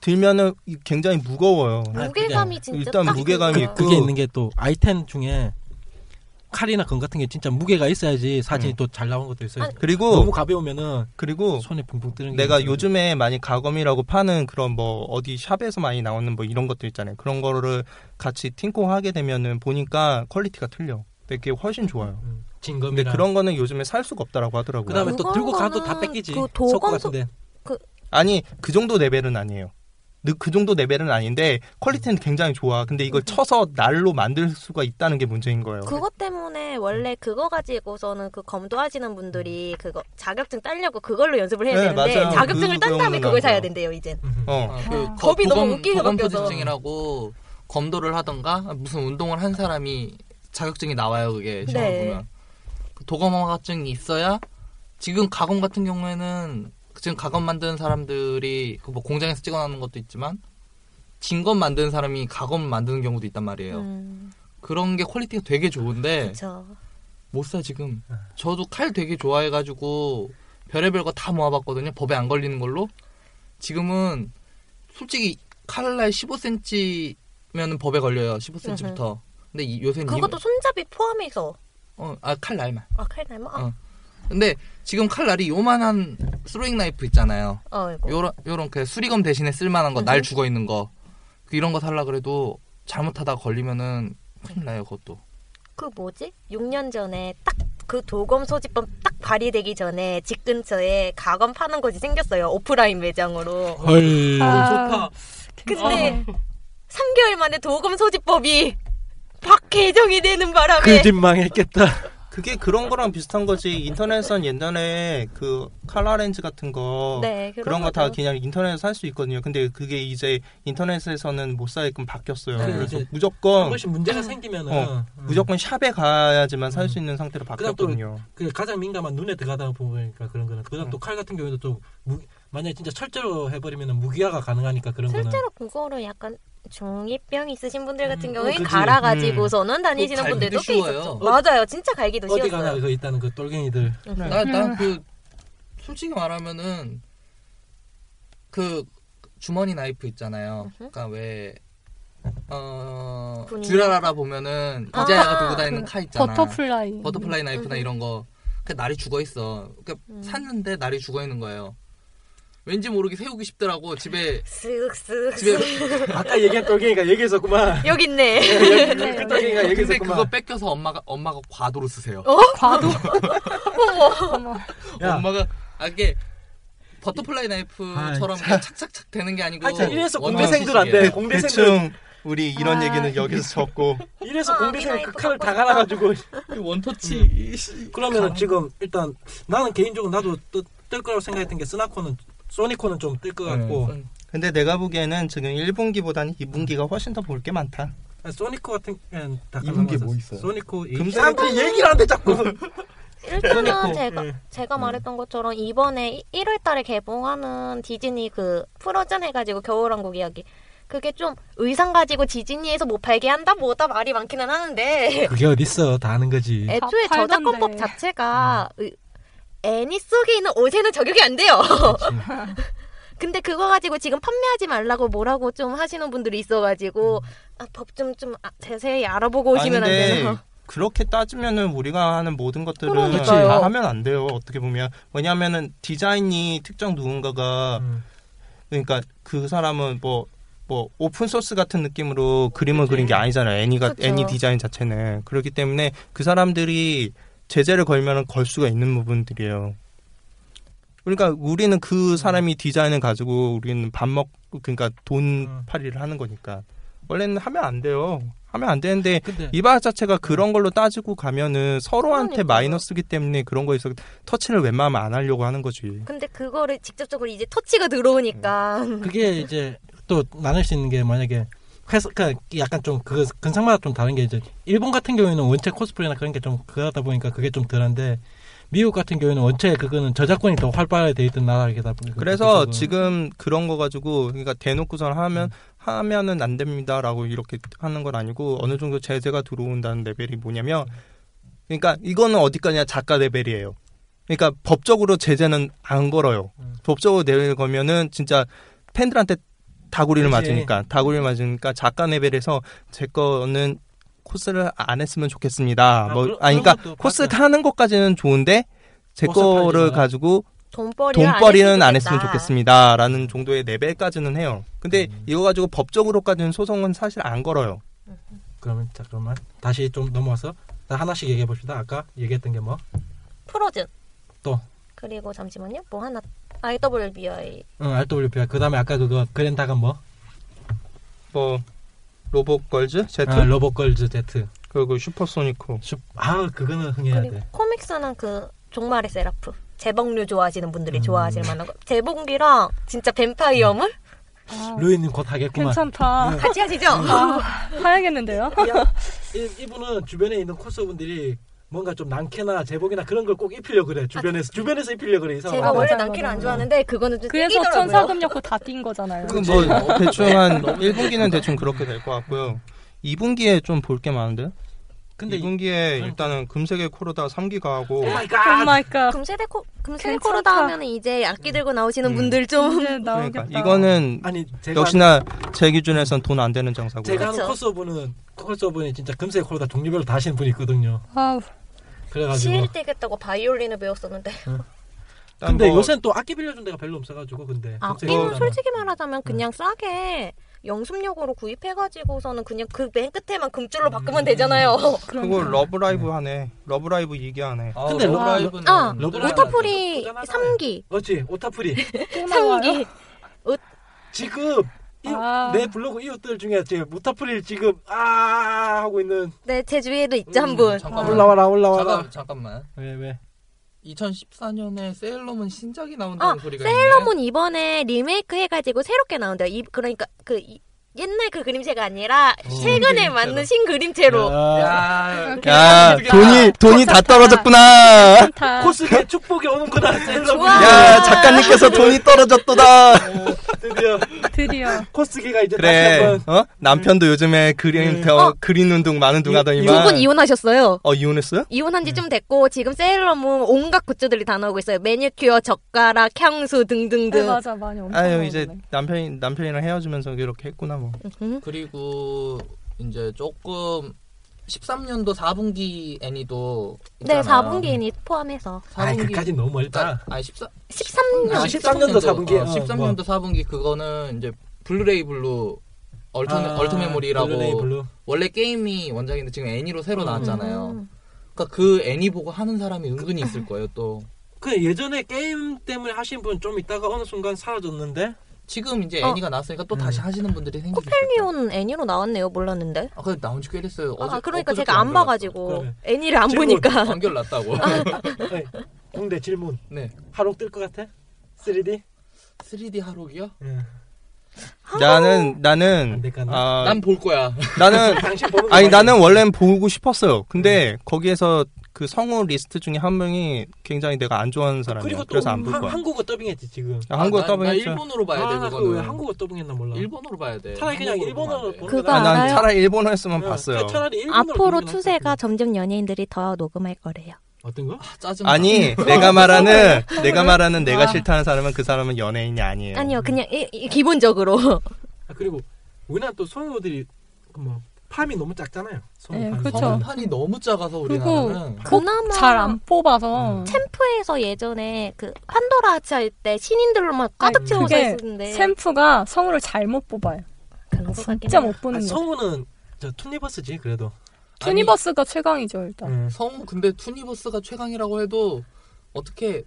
들면은 이- 굉장히 무거워요.
아,
무게감이 진짜
일단
딱
무게감이
그거야.
있고.
그게 있는 게 또 아이템 중에 칼이나 건 같은 게 진짜 무게가 있어야지 사진이
음.
또 잘 나오는 것도 있어요.
아니,
그리고
너무 가벼우면은
그리고
손이 붕붕 뜨는 게
내가
있어요.
요즘에 많이 가검이라고 파는 그런 뭐 어디 샵에서 많이 나오는 뭐 이런 것들 있잖아요. 그런 거를 같이 팅코하게 되면은 보니까 퀄리티가 틀려. 되게 훨씬 좋아요.
음,
근데
진검이랑
그런 거는 요즘에 살 수가 없다라고 하더라고요.
그다음에 또
그거는
들고 가도 다 뺏기지.
그
석고
도검소-
같은데.
아니 그 정도 레벨은 아니에요. 느- 그 정도 레벨은 아닌데 퀄리티는 굉장히 좋아. 근데
음.
이걸 쳐서 날로 만들 수가 있다는 게 문제인 거예요.
그것 때문에 원래 그거 가지고서는 그 검도하시는 분들이 그거 자격증 따려고 그걸로 연습을 해야
음. 네,
되는데
맞아요.
자격증을 딴
그거
다음에
배우는
그걸 사야
거예요.
된대요 이젠.
어.
아, 그
아.
겁이 너무 웃기게
검
바뀌어서.
토지증이라고 검도를 하던가 무슨 운동을 한 사람이 자격증이 나와요 그게 시험을
네.
보면 그 도검화증이 있어야 지금 가검 같은 경우에는 지금 가검 만드는 사람들이 그뭐 공장에서 찍어놓는 것도 있지만 진검 만드는 사람이 가검 만드는 경우도 있단 말이에요
음,
그런 게 퀄리티가 되게 좋은데
그렇죠.
못 사 지금
네.
저도 칼 되게 좋아해가지고 별의별 거 다 모아봤거든요 법에 안 걸리는 걸로 지금은 솔직히 칼날 15cm면 법에 걸려요 15cm부터 근데 이- 요새는
음, 그것도 손잡이 포함해서
어, 아칼 날만
아 칼날마? 아,
어. 근데 지금 칼 날이 요만한 스로잉 나이프 있잖아요
어 이거.
요런 요런 그 수리검 대신에 쓸만한 거 날
음흠.
죽어 있는 거 그 이런 거 살라 그래도 잘못하다 걸리면은 큰일 나요 그것도
그 뭐지? 6년 전에 딱 그 도검 소지법 딱 발의되기 전에 집 근처에 가검 파는 곳이 생겼어요 오프라인 매장으로.
헐.
아,
근데 3개월 만에 도검 소지법이 박 개정이 되는 바람에
그 뒷망했겠다.
어. 그게 그런 거랑 비슷한 거지. 인터넷은 옛날에 그 칼라 렌즈 같은 거
네,
그런 거 다
것도-
그냥 인터넷에서 살 수 있거든요. 근데 그게 이제 인터넷에서는 못 사게끔 바뀌었어요.
네.
그래,
그래서
이제
무조건
그것이 문제가 생기면은
어,
음,
무조건 샵에 가야지만 살 수 있는 상태로
그다음 또
바뀌었거든요.
그 가장 민감한 눈에 들어가다 보니까 그런 거는 그다음
어.
또 칼 같은 경우에도 또 무, 만약에 진짜 철제로 해버리면은 무기화가 가능하니까 그런 거는
실제로 그거를 약간 중이병 있으신 분들 같은
음,
경우에
어, 그지.
갈아가지고서는 다니시는
그거
분들도 꽤
갈기도 쉬워요.
있었죠. 맞아요, 진짜 갈기도
어디 가나
쉬웠어요.
그 있다는 그 똘갱이들
나,
음.
난그 솔직히 말하면은 그 주머니 나이프 있잖아요. 그러니까 왜 어,
군인
듀라라라 보면은
아.
이자야가 들고 다니는 칼 있잖아.
버터플라이.
버터플라이 나이프나 이런 거. 그 날이 죽어 있어. 그러니까
음.
샀는데 날이 죽어 있는 거예요. 왠지 모르게 세우기 쉽더라고. 집에
쓱쓱
집에
아까 얘기한 똘갱이가 여기 있었구만
여기 있네.
그 똘갱이가 여기
근데
있었구만
그거 뺏겨서 엄마가 엄마가 과도로 쓰세요.
어? *laughs*
과도.
야.
엄마가 아 이게 버터플라이 나이프처럼 그냥 착착착 되는 게 아니고
하여튼 이래서
원하는
공대생들 안
수식이에요.
돼. 공대생들
네, 대충 우리 이런
아.
얘기는 여기서 접고
이래서
아,
공대생은
미나이
그 칼을 다
뽑아
갈아가지고 어.
원터치
그러면은 지금 일단 나는 개인적으로 나도 또 뜰 거라고 생각했던 게 스나코는 소니코는 좀 뜰 것 같고
네.
근데 내가 보기에는 지금 1분기보다는 2분기가 훨씬 더 볼 게 많다.
아, 소니코 같은 건 다.
이분 게뭐
갈아놨었어.
있어요?
소니코 이-
금세-
사람들이 얘기를 하는데 자꾸.
일단은 제가
예.
제가 말했던 것처럼 이번에 1월달에 개봉하는 디즈니 그 프로즌 해가지고 겨울왕국 이야기 그게 좀 의상 가지고 디즈니에서 못 팔게 한다 뭐다 말이 많기는 하는데
그게 어딨어 다 아는 거지.
애초에
팔던데.
저작권법 아. 자체가 의- 애니 속에 있는 옷에는 적용이 안 돼요. 근데 그거 가지고 지금 판매하지 말라고 뭐라고 좀 하시는 분들이 있어가지고
음.
아, 법 좀 좀 자세히 알아보고 오시면 안 되나?
그렇게 따지면은 우리가 하는 모든 것들은
그러니까요.
다 하면 안 돼요. 어떻게 보면 왜냐하면은 디자인이 특정 누군가가
음.
그러니까 그 사람은 뭐, 뭐 오픈 소스 같은 느낌으로 그림을 그린 게 아니잖아요. 애니가
네, 그쵸.
애니 디자인 자체는 그렇기 때문에 그 사람들이 제재를 걸면은 걸 수가 있는 부분들이에요. 그러니까 우리는
음.
그 사람이 디자인을 가지고 우리는 밥 먹 그러니까 돈
음.
팔이를 하는 거니까 원래는 하면 안 돼요. 하면 안 되는데
근데
이발 자체가 그런 걸로 따지고 가면은 서로한테
음. 그러니까요.
마이너스기 때문에 그런 거에서 터치를 웬만하면 안 하려고 하는 거지.
근데 그거를 직접적으로 이제 터치가 들어오니까 *laughs*
그게 이제 또 나눌 수 있는 게 만약에 회사 그러니까 약간 좀 그 근상마다 좀 다른 게 이제 일본 같은 경우에는 원체 코스프레나 그런 게 좀 그러다 보니까 그게 좀 덜한데 미국 같은 경우에는 원체 그거는 저작권이 더 활발하게 돼 있던 나라이다 보니까 그거는-
그래서
네.
지금 그런 거 가지고 그러니까 대놓고선 하면 하면은 안 됩니다라고 이렇게 하는 건 아니고 어느 정도 제재가 들어온다는 레벨이 뭐냐면 그러니까 이거는 어디까지냐 작가 레벨이에요. 그러니까 법적으로 제재는 안 걸어요.
음.
법적으로 내릴 거면은 진짜 팬들한테 다구리를
그치.
맞으니까 다구리를 맞으니까 작가 레벨에서 제 거는 코스를 안 했으면 좋겠습니다.
아,
뭐
그런-
아니 그러니까
그런 것도
코스
맞다.
타는 것까지는 좋은데 제
옷을
거를
팔지 마라.
가지고
돈벌이를
돈벌이는 안 했으면
좋겠다.
좋겠습니다라는 정도의 레벨까지는 해요. 근데
음.
이거 가지고 법적으로까지는 소송은 사실 안 걸어요.
그러면 잠깐만 다시 좀 넘어와서 나 하나씩 얘기해 봅시다. 아까 얘기했던 게 뭐?
프로즌
또?
그리고 잠시만요 뭐 하나 IWBI
응, RWP야. 그 다음에 아까 그거 그랜다가 뭐?
뭐 로봇 걸즈, 제트
아, 로봇걸즈 Z.
그리고 슈퍼소니코.
슈- 아, 그거는 흥해야
그리고
돼.
코믹스는 그 종말의 세라프 재봉류 좋아하시는 분들이
음.
좋아하실 만한 거 재봉기랑 진짜 뱀파이어물
아,
루이님 곧 하겠구만.
괜찮다.
같이 하시죠
아,
*laughs*
하야겠는데요?
이, 분은 주변에 있는 코스분들이 뭔가 좀 난캐나 제복이나 그런 걸 꼭 입히려 그래. 주변에서 주변에서 입히려 그래. 이 사람.
아,
네.
제가
아,
원래
맞아요,
난키를 안
맞아요.
좋아하는데 그거는 좀
그래서
땡기더라고요.
천사금 여고 다 뛴
그
거잖아요.
뭐 대충
*laughs*
한 1분기는 대충 그렇게 될 것 같고요. 2분기에 좀 볼 게 많은데.
근데
근데
이-
2분기에
그러니까.
일단은 금색의 코로다 3기가 하고
음.
오 마이 갓.
아, 금세대 코 금세대
그러니까 괜찮다.
코로다 하면 이제 악기 들고 나오시는
음.
분들 좀
이제 나오겠다.
그러니까 이거는
아니 제가
역시나 제 기준에선 돈 안 되는 장사고.
제가 하는
그쵸.
코스분은 코스분이 진짜 금세 코로다 종류별로 다 하시는 분이 있거든요.
아우,
그래가지고.
시일 되겠다고 바이올린을 배웠었는데
근데
뭐
요새는 또 악기 빌려준 데가 별로 없어가지고 네. 근데. 금세
악기는
코로다는.
아, 솔직히 말하자면 그냥 싸게 영습력으로 구입해가지고서는 그냥 그 맨 끝에만 금줄로 바꾸면 되잖아요.
그리고 러브라이브 하네. 러브라이브 2기 하네.
아,
근데
러브라이브는
아,
러브라이브
오타풀이
그거잖아요.
3기,
음, 그렇지 오타프리.
또 나와요?
3기.
지금 이-
아.
내 블로그 이웃들 중에 지금 오타프리를 지금 아 하고 있는.
네, 제 주위에도 있죠, 한
음,
분.
잠깐만.
올라와라 올라와라.
잠깐, 잠깐만.
왜 왜?
2014년에 세일러문 신작이 나온다는
아,
소리가 있네.
세일러문 이번에 리메이크 해가지고 새롭게 나온대요. 이, 그러니까 그 이- 옛날 그 그림체가 아니라 최근에
어. 그림체로. 아,
맞는 신그림체로.
야,
야 돈이 돈이 다 떨어졌구나.
다
코스계 축복이 오는구나. 셀럽이.
아. 좋아.
야 작가님께서 돈이 떨어졌도다.
드디어
드디어.
네. 코스계가 이제 다시
그래
한번
어 남편도 요즘에 그림
음.
더
어.
그린 운동 많은 둥
두
하더니만
분 이혼하셨어요.
어 이혼했어요?
이혼한 지 좀 됐고 지금 세일러문 온갖 굿즈들이 다 나오고 있어요. 매니큐어, 젓가락, 향수
네,
등등등.
맞아, 많이 엄청.
아유 이제
나오네.
남편이 남편이랑 헤어지면서 이렇게 했구나 뭐.
음.
그리고 이제 조금 13년도 4분기 애니도
네,
있잖아요.
4분기인이 포함해서
아이
4분기
그까진 너무 멀다.
그러니까, 아니 14
13년.
음,
아, 13년도 4분기.
어,
어,
13년도 4분기 그거는 이제 블루레이 블루 얼터 얼터 메모리라고
아, 블루레이 블루.
원래 게임이 원작인데 지금 애니로 새로 나왔잖아요.
음.
그러니까 그 애니 보고 하는 사람이 은근히 있을 거예요. 또
그 예전에 게임 때문에 하신 분 좀 있다가 어느 순간 사라졌는데
지금 이제
어.
애니가 나왔으니까 또 다시 하시는 분들이 생기고
코펠리온 애니로 나왔네요. 몰랐는데.
아, 근데 나온 지 꽤 됐어요. 어제
아, 그러니까
엊그저께
제가 안
완결
봐가지고
그러네.
애니를 안
지금
*laughs* 났-
보니까.
완결 났다고.
네, 공대 질문
네.
하록 뜰것 같아? 예. 3D?
3D 하록이요?
응.
아.
나는
안
나는
될까, 나?
아
난 볼 거야.
*laughs*
나는
당신 보는 거
아니
맞아?
나는 원래는 보고 싶었어요.
음.
근데 거기에서 그 성우 리스트 중에 한 명이 굉장히 내가 안 좋아하는 사람이야.
그리고 또
그래서 안 볼
한-
거야.
한국어 더빙했지 지금.
아, 한국어
아, 난- 나
더빙했죠.
일본어로 봐야 돼
아나 그거 왜
그거는.
한국어 더빙했나 몰라.
네. 일본어로 봐야 돼.
차라리 그냥
한국어로
일본어로
보면 안 돼.
그거
아, 난
알아요?
차라리 일본어 했으면
응,
봤어요.
차라리 일본어로
앞으로
더빙을
추세가
했어,
점점 연예인들이 더 녹음할 거래요.
어떤 거?
아, 짜증.
아니 *laughs* 내가 말하는 내가 말하는 내가
아.
싫다는 사람은 그 사람은 연예인이 아니에요.
네. 아니요, 그냥 이- 이 기본적으로
아, 그리고 우리나라 또 성우들이 그뭐 팜이 너무 작잖아요. 성우
예,
팜이.
그렇죠.
판이 너무 작아서 우리나라는
그나마
잘 안 뽑아서
챔프에서 예전에 그 판도라 하차 할때 신인들로만 가득
아니,
채워서
그게
있었는데
챔프가 성우를 잘못 뽑아요.
그런 것 같긴
진짜
해요.
못
아,
보는 거.
성우는 저 투니버스지 그래도.
투니버스가 최강이죠
아.
일단.
음.
성우 근데 투니버스가 최강이라고 해도 어떻게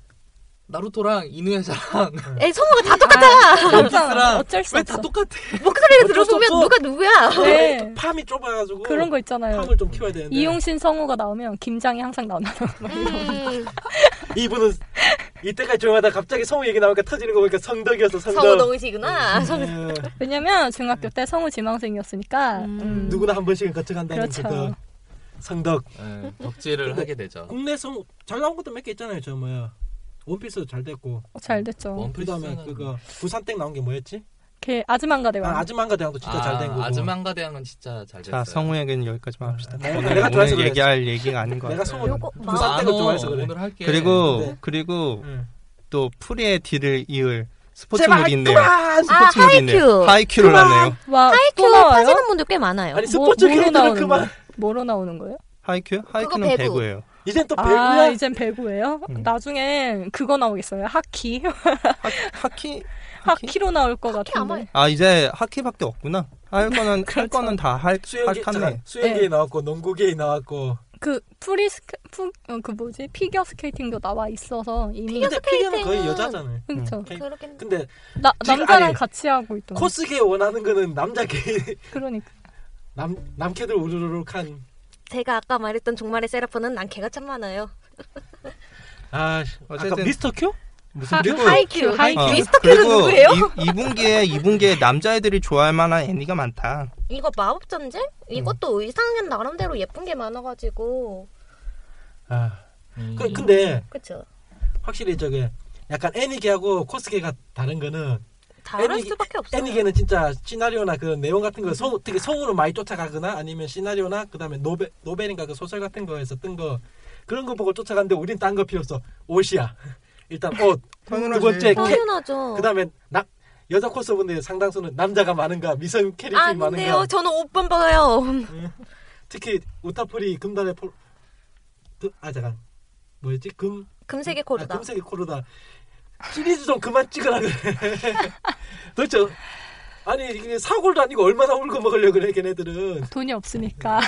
나루토랑 이누야샤랑
에 성우가 다 똑같아.
그러니까 어쩔 수
왜 다
없어.
똑같아?
목소리를
어쩔 수
들어보면
없어.
누가 누구야.
네
팜이 좁아가지고
그런 거 있잖아요.
팜을 좀 키워야 되는데
이용신 성우가 나오면 김장이 항상 나오나.
음,
이분은 이때까지 조용하다 갑자기 성우 얘기 나오니까 터지는 거 보니까 성덕이었어 성덕.
성우동이시구나. 성-
예,
*laughs* 왜냐면 중학교 때 성우 지망생이었으니까. 음.
음. 누구나 한 번씩은 거쳐간다는
그렇죠.
그 성덕.
네, 덕질을 하게 되죠.
국내 성우 잘 나온 것도 몇 개 있잖아요. 저 뭐야 원피스도 잘 됐고
어, 잘 됐죠.
그다음에
원피스는
그거 부산댁 나온 게 뭐였지?
걔 아즈만가 대왕.
아, 아즈만가 대왕도 진짜 잘 된 거고.
아즈만가 대왕은 진짜 잘 됐어요.
자 성우에게는 여기까지만 합시다.
그렇죠. 네. 내가-
오늘,
내가 좋아해서
오늘 얘기할 얘기가 아닌 것
내가
같아요.
성우
요거
뭐-
부산 댁을
나눠,
좋아해서 그래.
오늘 할게.
그리고
네.
그리고
응.
또 프리의 뒤를 이을
제발
스포츠물이 있네요.
그만!
아,
스포츠물이 있네요.
하이큐.
하이큐를 하네요.
와, 또
하이큐
나와요?
파시는 분들 꽤 많아요.
아니 스포츠
뭐- 뭐로
캐릭터는
나오는
그만.
뭐로 나오는 거예요?
하이큐? 하이큐는
배구.
배구. 예요
이젠 또 배구야.
아, 이젠 배구예요?
음.
나중에 그거 나오겠어요. 하키. *laughs*
하키?
하키로 나올 것
하키 아마
같은데.
아 이제 하키밖에 없구나.
*laughs*
할 거는 할 거는 다할
수영기
할탄네.
잠깐, 수영기
네.
나왔고 농구기 나왔고.
그 프리스케 푸, 어, 그 뭐지? 피겨 스케이팅도 나와 있어서 이미
근데 피겨는 거의
스케이팅은- 음.
여자잖아요.
그렇죠.
그렇겠네.
근데
나
지금
남자랑
아니,
같이 하고 있던.
코스계 원하는 거는 남자 개
그러니까.
*laughs* 남 남캐들 우르르륵한.
제가 아까 말했던 종말의 세라폰은 난 개가 참 많아요.
아, 아까
어쨌든-
미스터 큐?
무슨
아, 하-
그리고
하이큐,
아,
하이큐.
어,
미스터 큐는
그리고
누구예요?
이, 2분기에 2분기에 남자애들이 좋아할 만한 애니가 많다.
이거 마법 전쟁?
음.
이것도 의상은 나름대로 예쁜 게 많아가지고
아.
음.
그, 근데
그쵸.
확실히 저게 약간 애니게하고 코스계가 다른 거는
다를
애니게-
수밖에 없어요.
애니게는 진짜 시나리오나 그 내용 같은 거 성, 특히 성우를 많이 쫓아가거나 아니면 시나리오나 그다음에 노벨 노벨인가 그 소설 같은 거에서 뜬 거 그런 거 보고 쫓아가는데 우린 딴 거 필요 없어 옷이야 *laughs* 일단 옷
당연하지.
두 번째 캐
당연하죠.
그다음에 나 여자 코스분들 상당수는 남자가 많은가 미성 캐릭터
아,
가
근데요.
많은가
저는 오빤 봐요.
특히 우타프리 금단의 폴... 그, 아 잠깐 뭐였지 금
금색의 코르다.
아, 금색의 코르다. 시리즈 좀 그만 찍으라
*laughs*
그래. 도대체 아니 이게 사골도 아니고 얼마나 울고 먹으려 그래 걔네들은.
돈이 없으니까.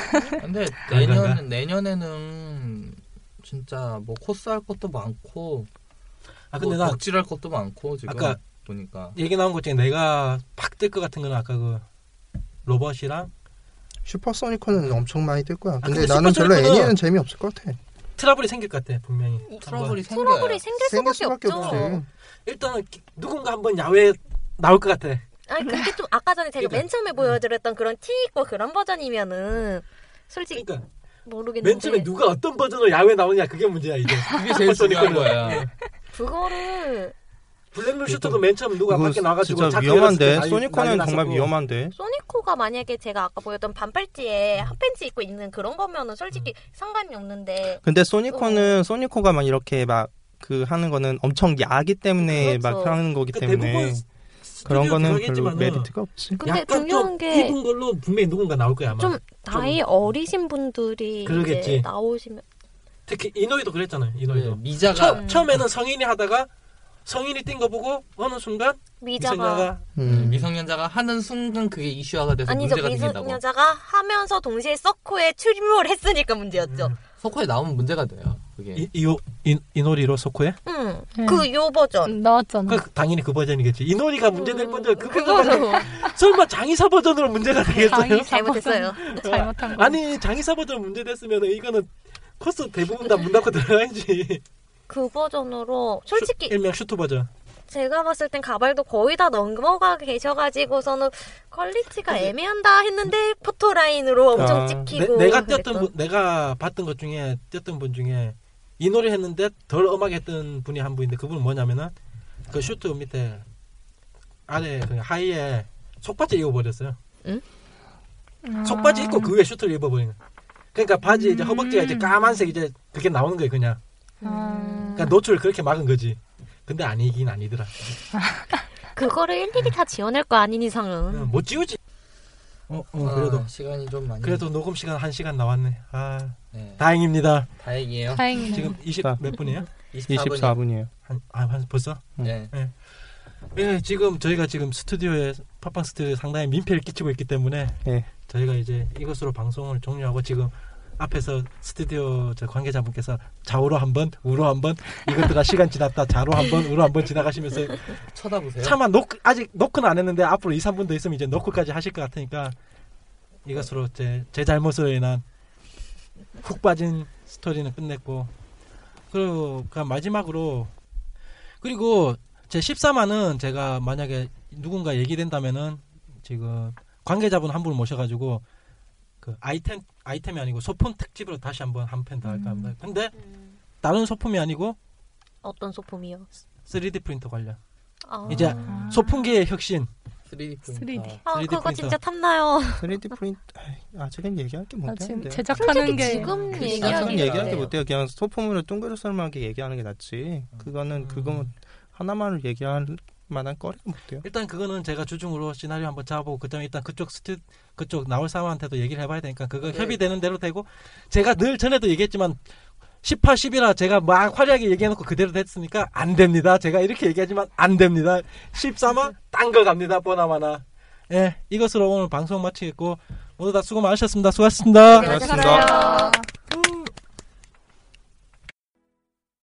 근데
아, 그런가?
내년 내년에는 진짜 뭐 코스 할 것도 많고
아 근데
뭐
나
덕질할 것도 많고 지금
아까
보니까
얘기 나온 것 중에 내가 팍 뜰 것 같은 건 아까 그 로봇이랑
슈퍼소니커는 엄청 많이 뜰 거야.
근데 근데 나는 별로 슈퍼소니커는- 애니는
재미없을 것 같아.
트러블이 생길 것 같아 분명히.
트러블이
한번.
생겨요.
음, 트러블이 생길 수밖에 없죠.
일단은 기- 누군가 한번 야외 에 나올 것 같아. 그러니까.
아니 근데 좀 아까 전에 제가 맨 처음에 보여드렸던 그런 티 있고 그런 버전이면은 솔직히
그러니까
모르겠는데
맨 처음에 누가 어떤 버전으로 야외 나오냐 그게 문제야 이제.
그게
*laughs*
제일 중요한
슈퍼소니커는.
거야.
*laughs* 그거를
블랙물 슈터도 맨 처음 누가 밖에
이거
나가지고
그러니까 진짜 위험한데 소니커는 정말 위험한데.
소니코가 만약에 제가 아까 보였던 반팔티에 핫팬츠 입고 있는 그런 거면은 솔직히 상관이 없는데
근데 소니커는 소니커가 막 이렇게 막 그 하는 거는 엄청 야하기 때문에
그렇죠.
막 하는 거기
그러니까
때문에
대부분
그런 거는 별로
들어가겠지만은
메리트가 없지.
근데
약간
중요한
좀
게 좀
입은 걸로 분명히 누군가 나올 거야 아마.
나이 어리신 분들이 이제
그러겠지.
나오시면
특히 이노이도 그랬잖아요.
네,
이노이도
미자가
처, 처음에는 성인이 하다가 성인이 뛴 거 보고 어느 순간
미자가
미성년자가
음.
미성년자가 하는 순간 그게 이슈화가 돼서
아니죠
문제가 생긴다고.
미성년자가 하면서 동시에 서코에 출몰 했으니까 문제였죠.
석호에 나오면 문제가 돼요. 그게
음, 이요 이노리로 소코에
응,
네.
그 요 버전.
음, 나왔잖아.
그 당연히 그 버전이겠지. 이노리가 문제될 버전
*laughs*
그
*laughs*
버전
음. 그거죠.
설마 장의사 버전으로 문제가 되겠어요?
장의사.
잘못했어요.
잘못한 거.
아니 장의사 버전 문제됐으면 이거는 코스 대부분 다 문 닫고 들어가야지.
그 버전으로 솔직히
슈- 일명 슈트 버전.
제가 봤을 땐 가발도 거의 다 넘어가 계셔가지고서는 퀄리티가 그러니까 애매한다 했는데 포토라인으로 엄청
아,
내,
찍히고
내가 뛰었던
그랬던.
분, 내가 봤던 것 중에 뛰었던 분 중에 이 노래 했는데 덜 엄하게 했던 분이 한 분인데 그분은 뭐냐면은 그 슈트 밑에 아래 그 하의에 속바지 입어버렸어요.
응?
음. 아,
아.
속바지 입고 그 위에 슈트를 입어버리는. 그러니까 바지 이제
음.
허벅지가 이제 까만색 이제 그게 나오는 거예요 그냥.
아,
그러니까 노출을 그렇게 막은 거지. 근데 아니긴 아니더라.
*laughs* 그거를 일일이 다 지어낼 거 아닌 이상은.
못 지우지. 어, 어 그래도
아, 시간이 좀 많이
그래도 녹음 시간 한 시간 나왔네. 아
네,
다행입니다.
다행이에요.
다행이네요.
지금 20
아.
몇 분이에요?
24분이에요.
한, 아, 한 벌써?
네.
예, 지금 저희가 지금 스튜디오에 팝빵 스튜디오에 상당히 민폐를 끼치고 있기 때문에
예.
저희가 이제 이것으로 방송을 종료하고 지금 앞에서 스튜디오 저 관계자분께서 좌우로 한번 우로 한번 이것들아 시간 지났다 좌로 한번 우로 한번 지나가시면서
쳐다보세요.
차마 노크 아직 노크는 안 했는데 앞으로 2, 3분 더 있으면 이제 노크까지 하실 것 같으니까
네.
이것으로 제, 제 잘못으로 인한 훅 빠진 스토리는 끝냈고 그리고 그 마지막으로 그리고 제 14만은 제가 만약에 누군가 얘기된다면은 지금 관계자분 한 분 모셔가지고 그 아이템 아이템이 아니고 소품 특집으로 다시 한번 한 편 더 할까 합니다. 근데 다른 소품이 아니고
어떤 소품이요?
3D 프린터 관련
아,
이제 소품계의 혁신
3D 프린터.
3D.
아
3D
그거
프린터.
진짜 탐나요.
3D 프린트 아이, 아직은 얘기할 게
아, 지금
네.
못하는데.
제작하는 게
지금
그
얘기하기
아직은
얘기하기가
얘기할 게
어때요?
못해요. 그냥 소품으로 둥그렇설하게 얘기하는 게 낫지. 그거는 그거
음.
하나만을 얘기할 만한 거리가 못돼요.
일단 그거는 제가 주중으로 시나리오 한번 짜보고 그다음에 일단 그쪽 스튜 그쪽 나올 사람한테도 얘기를 해봐야 되니까 그거
네.
협의되는 대로 되고 제가 늘 전에도 얘기했지만 18, 10이라 제가 막 화려하게 얘기해놓고 그대로 됐으니까 안 됩니다. 제가 이렇게 얘기하지만 안 됩니다. 13화 딴 거 갑니다. 보나마나.
네.
예, 이것으로 오늘 방송 마치겠고 모두 다 수고 많으셨습니다. 수고하셨습니다.
고맙습니다.
요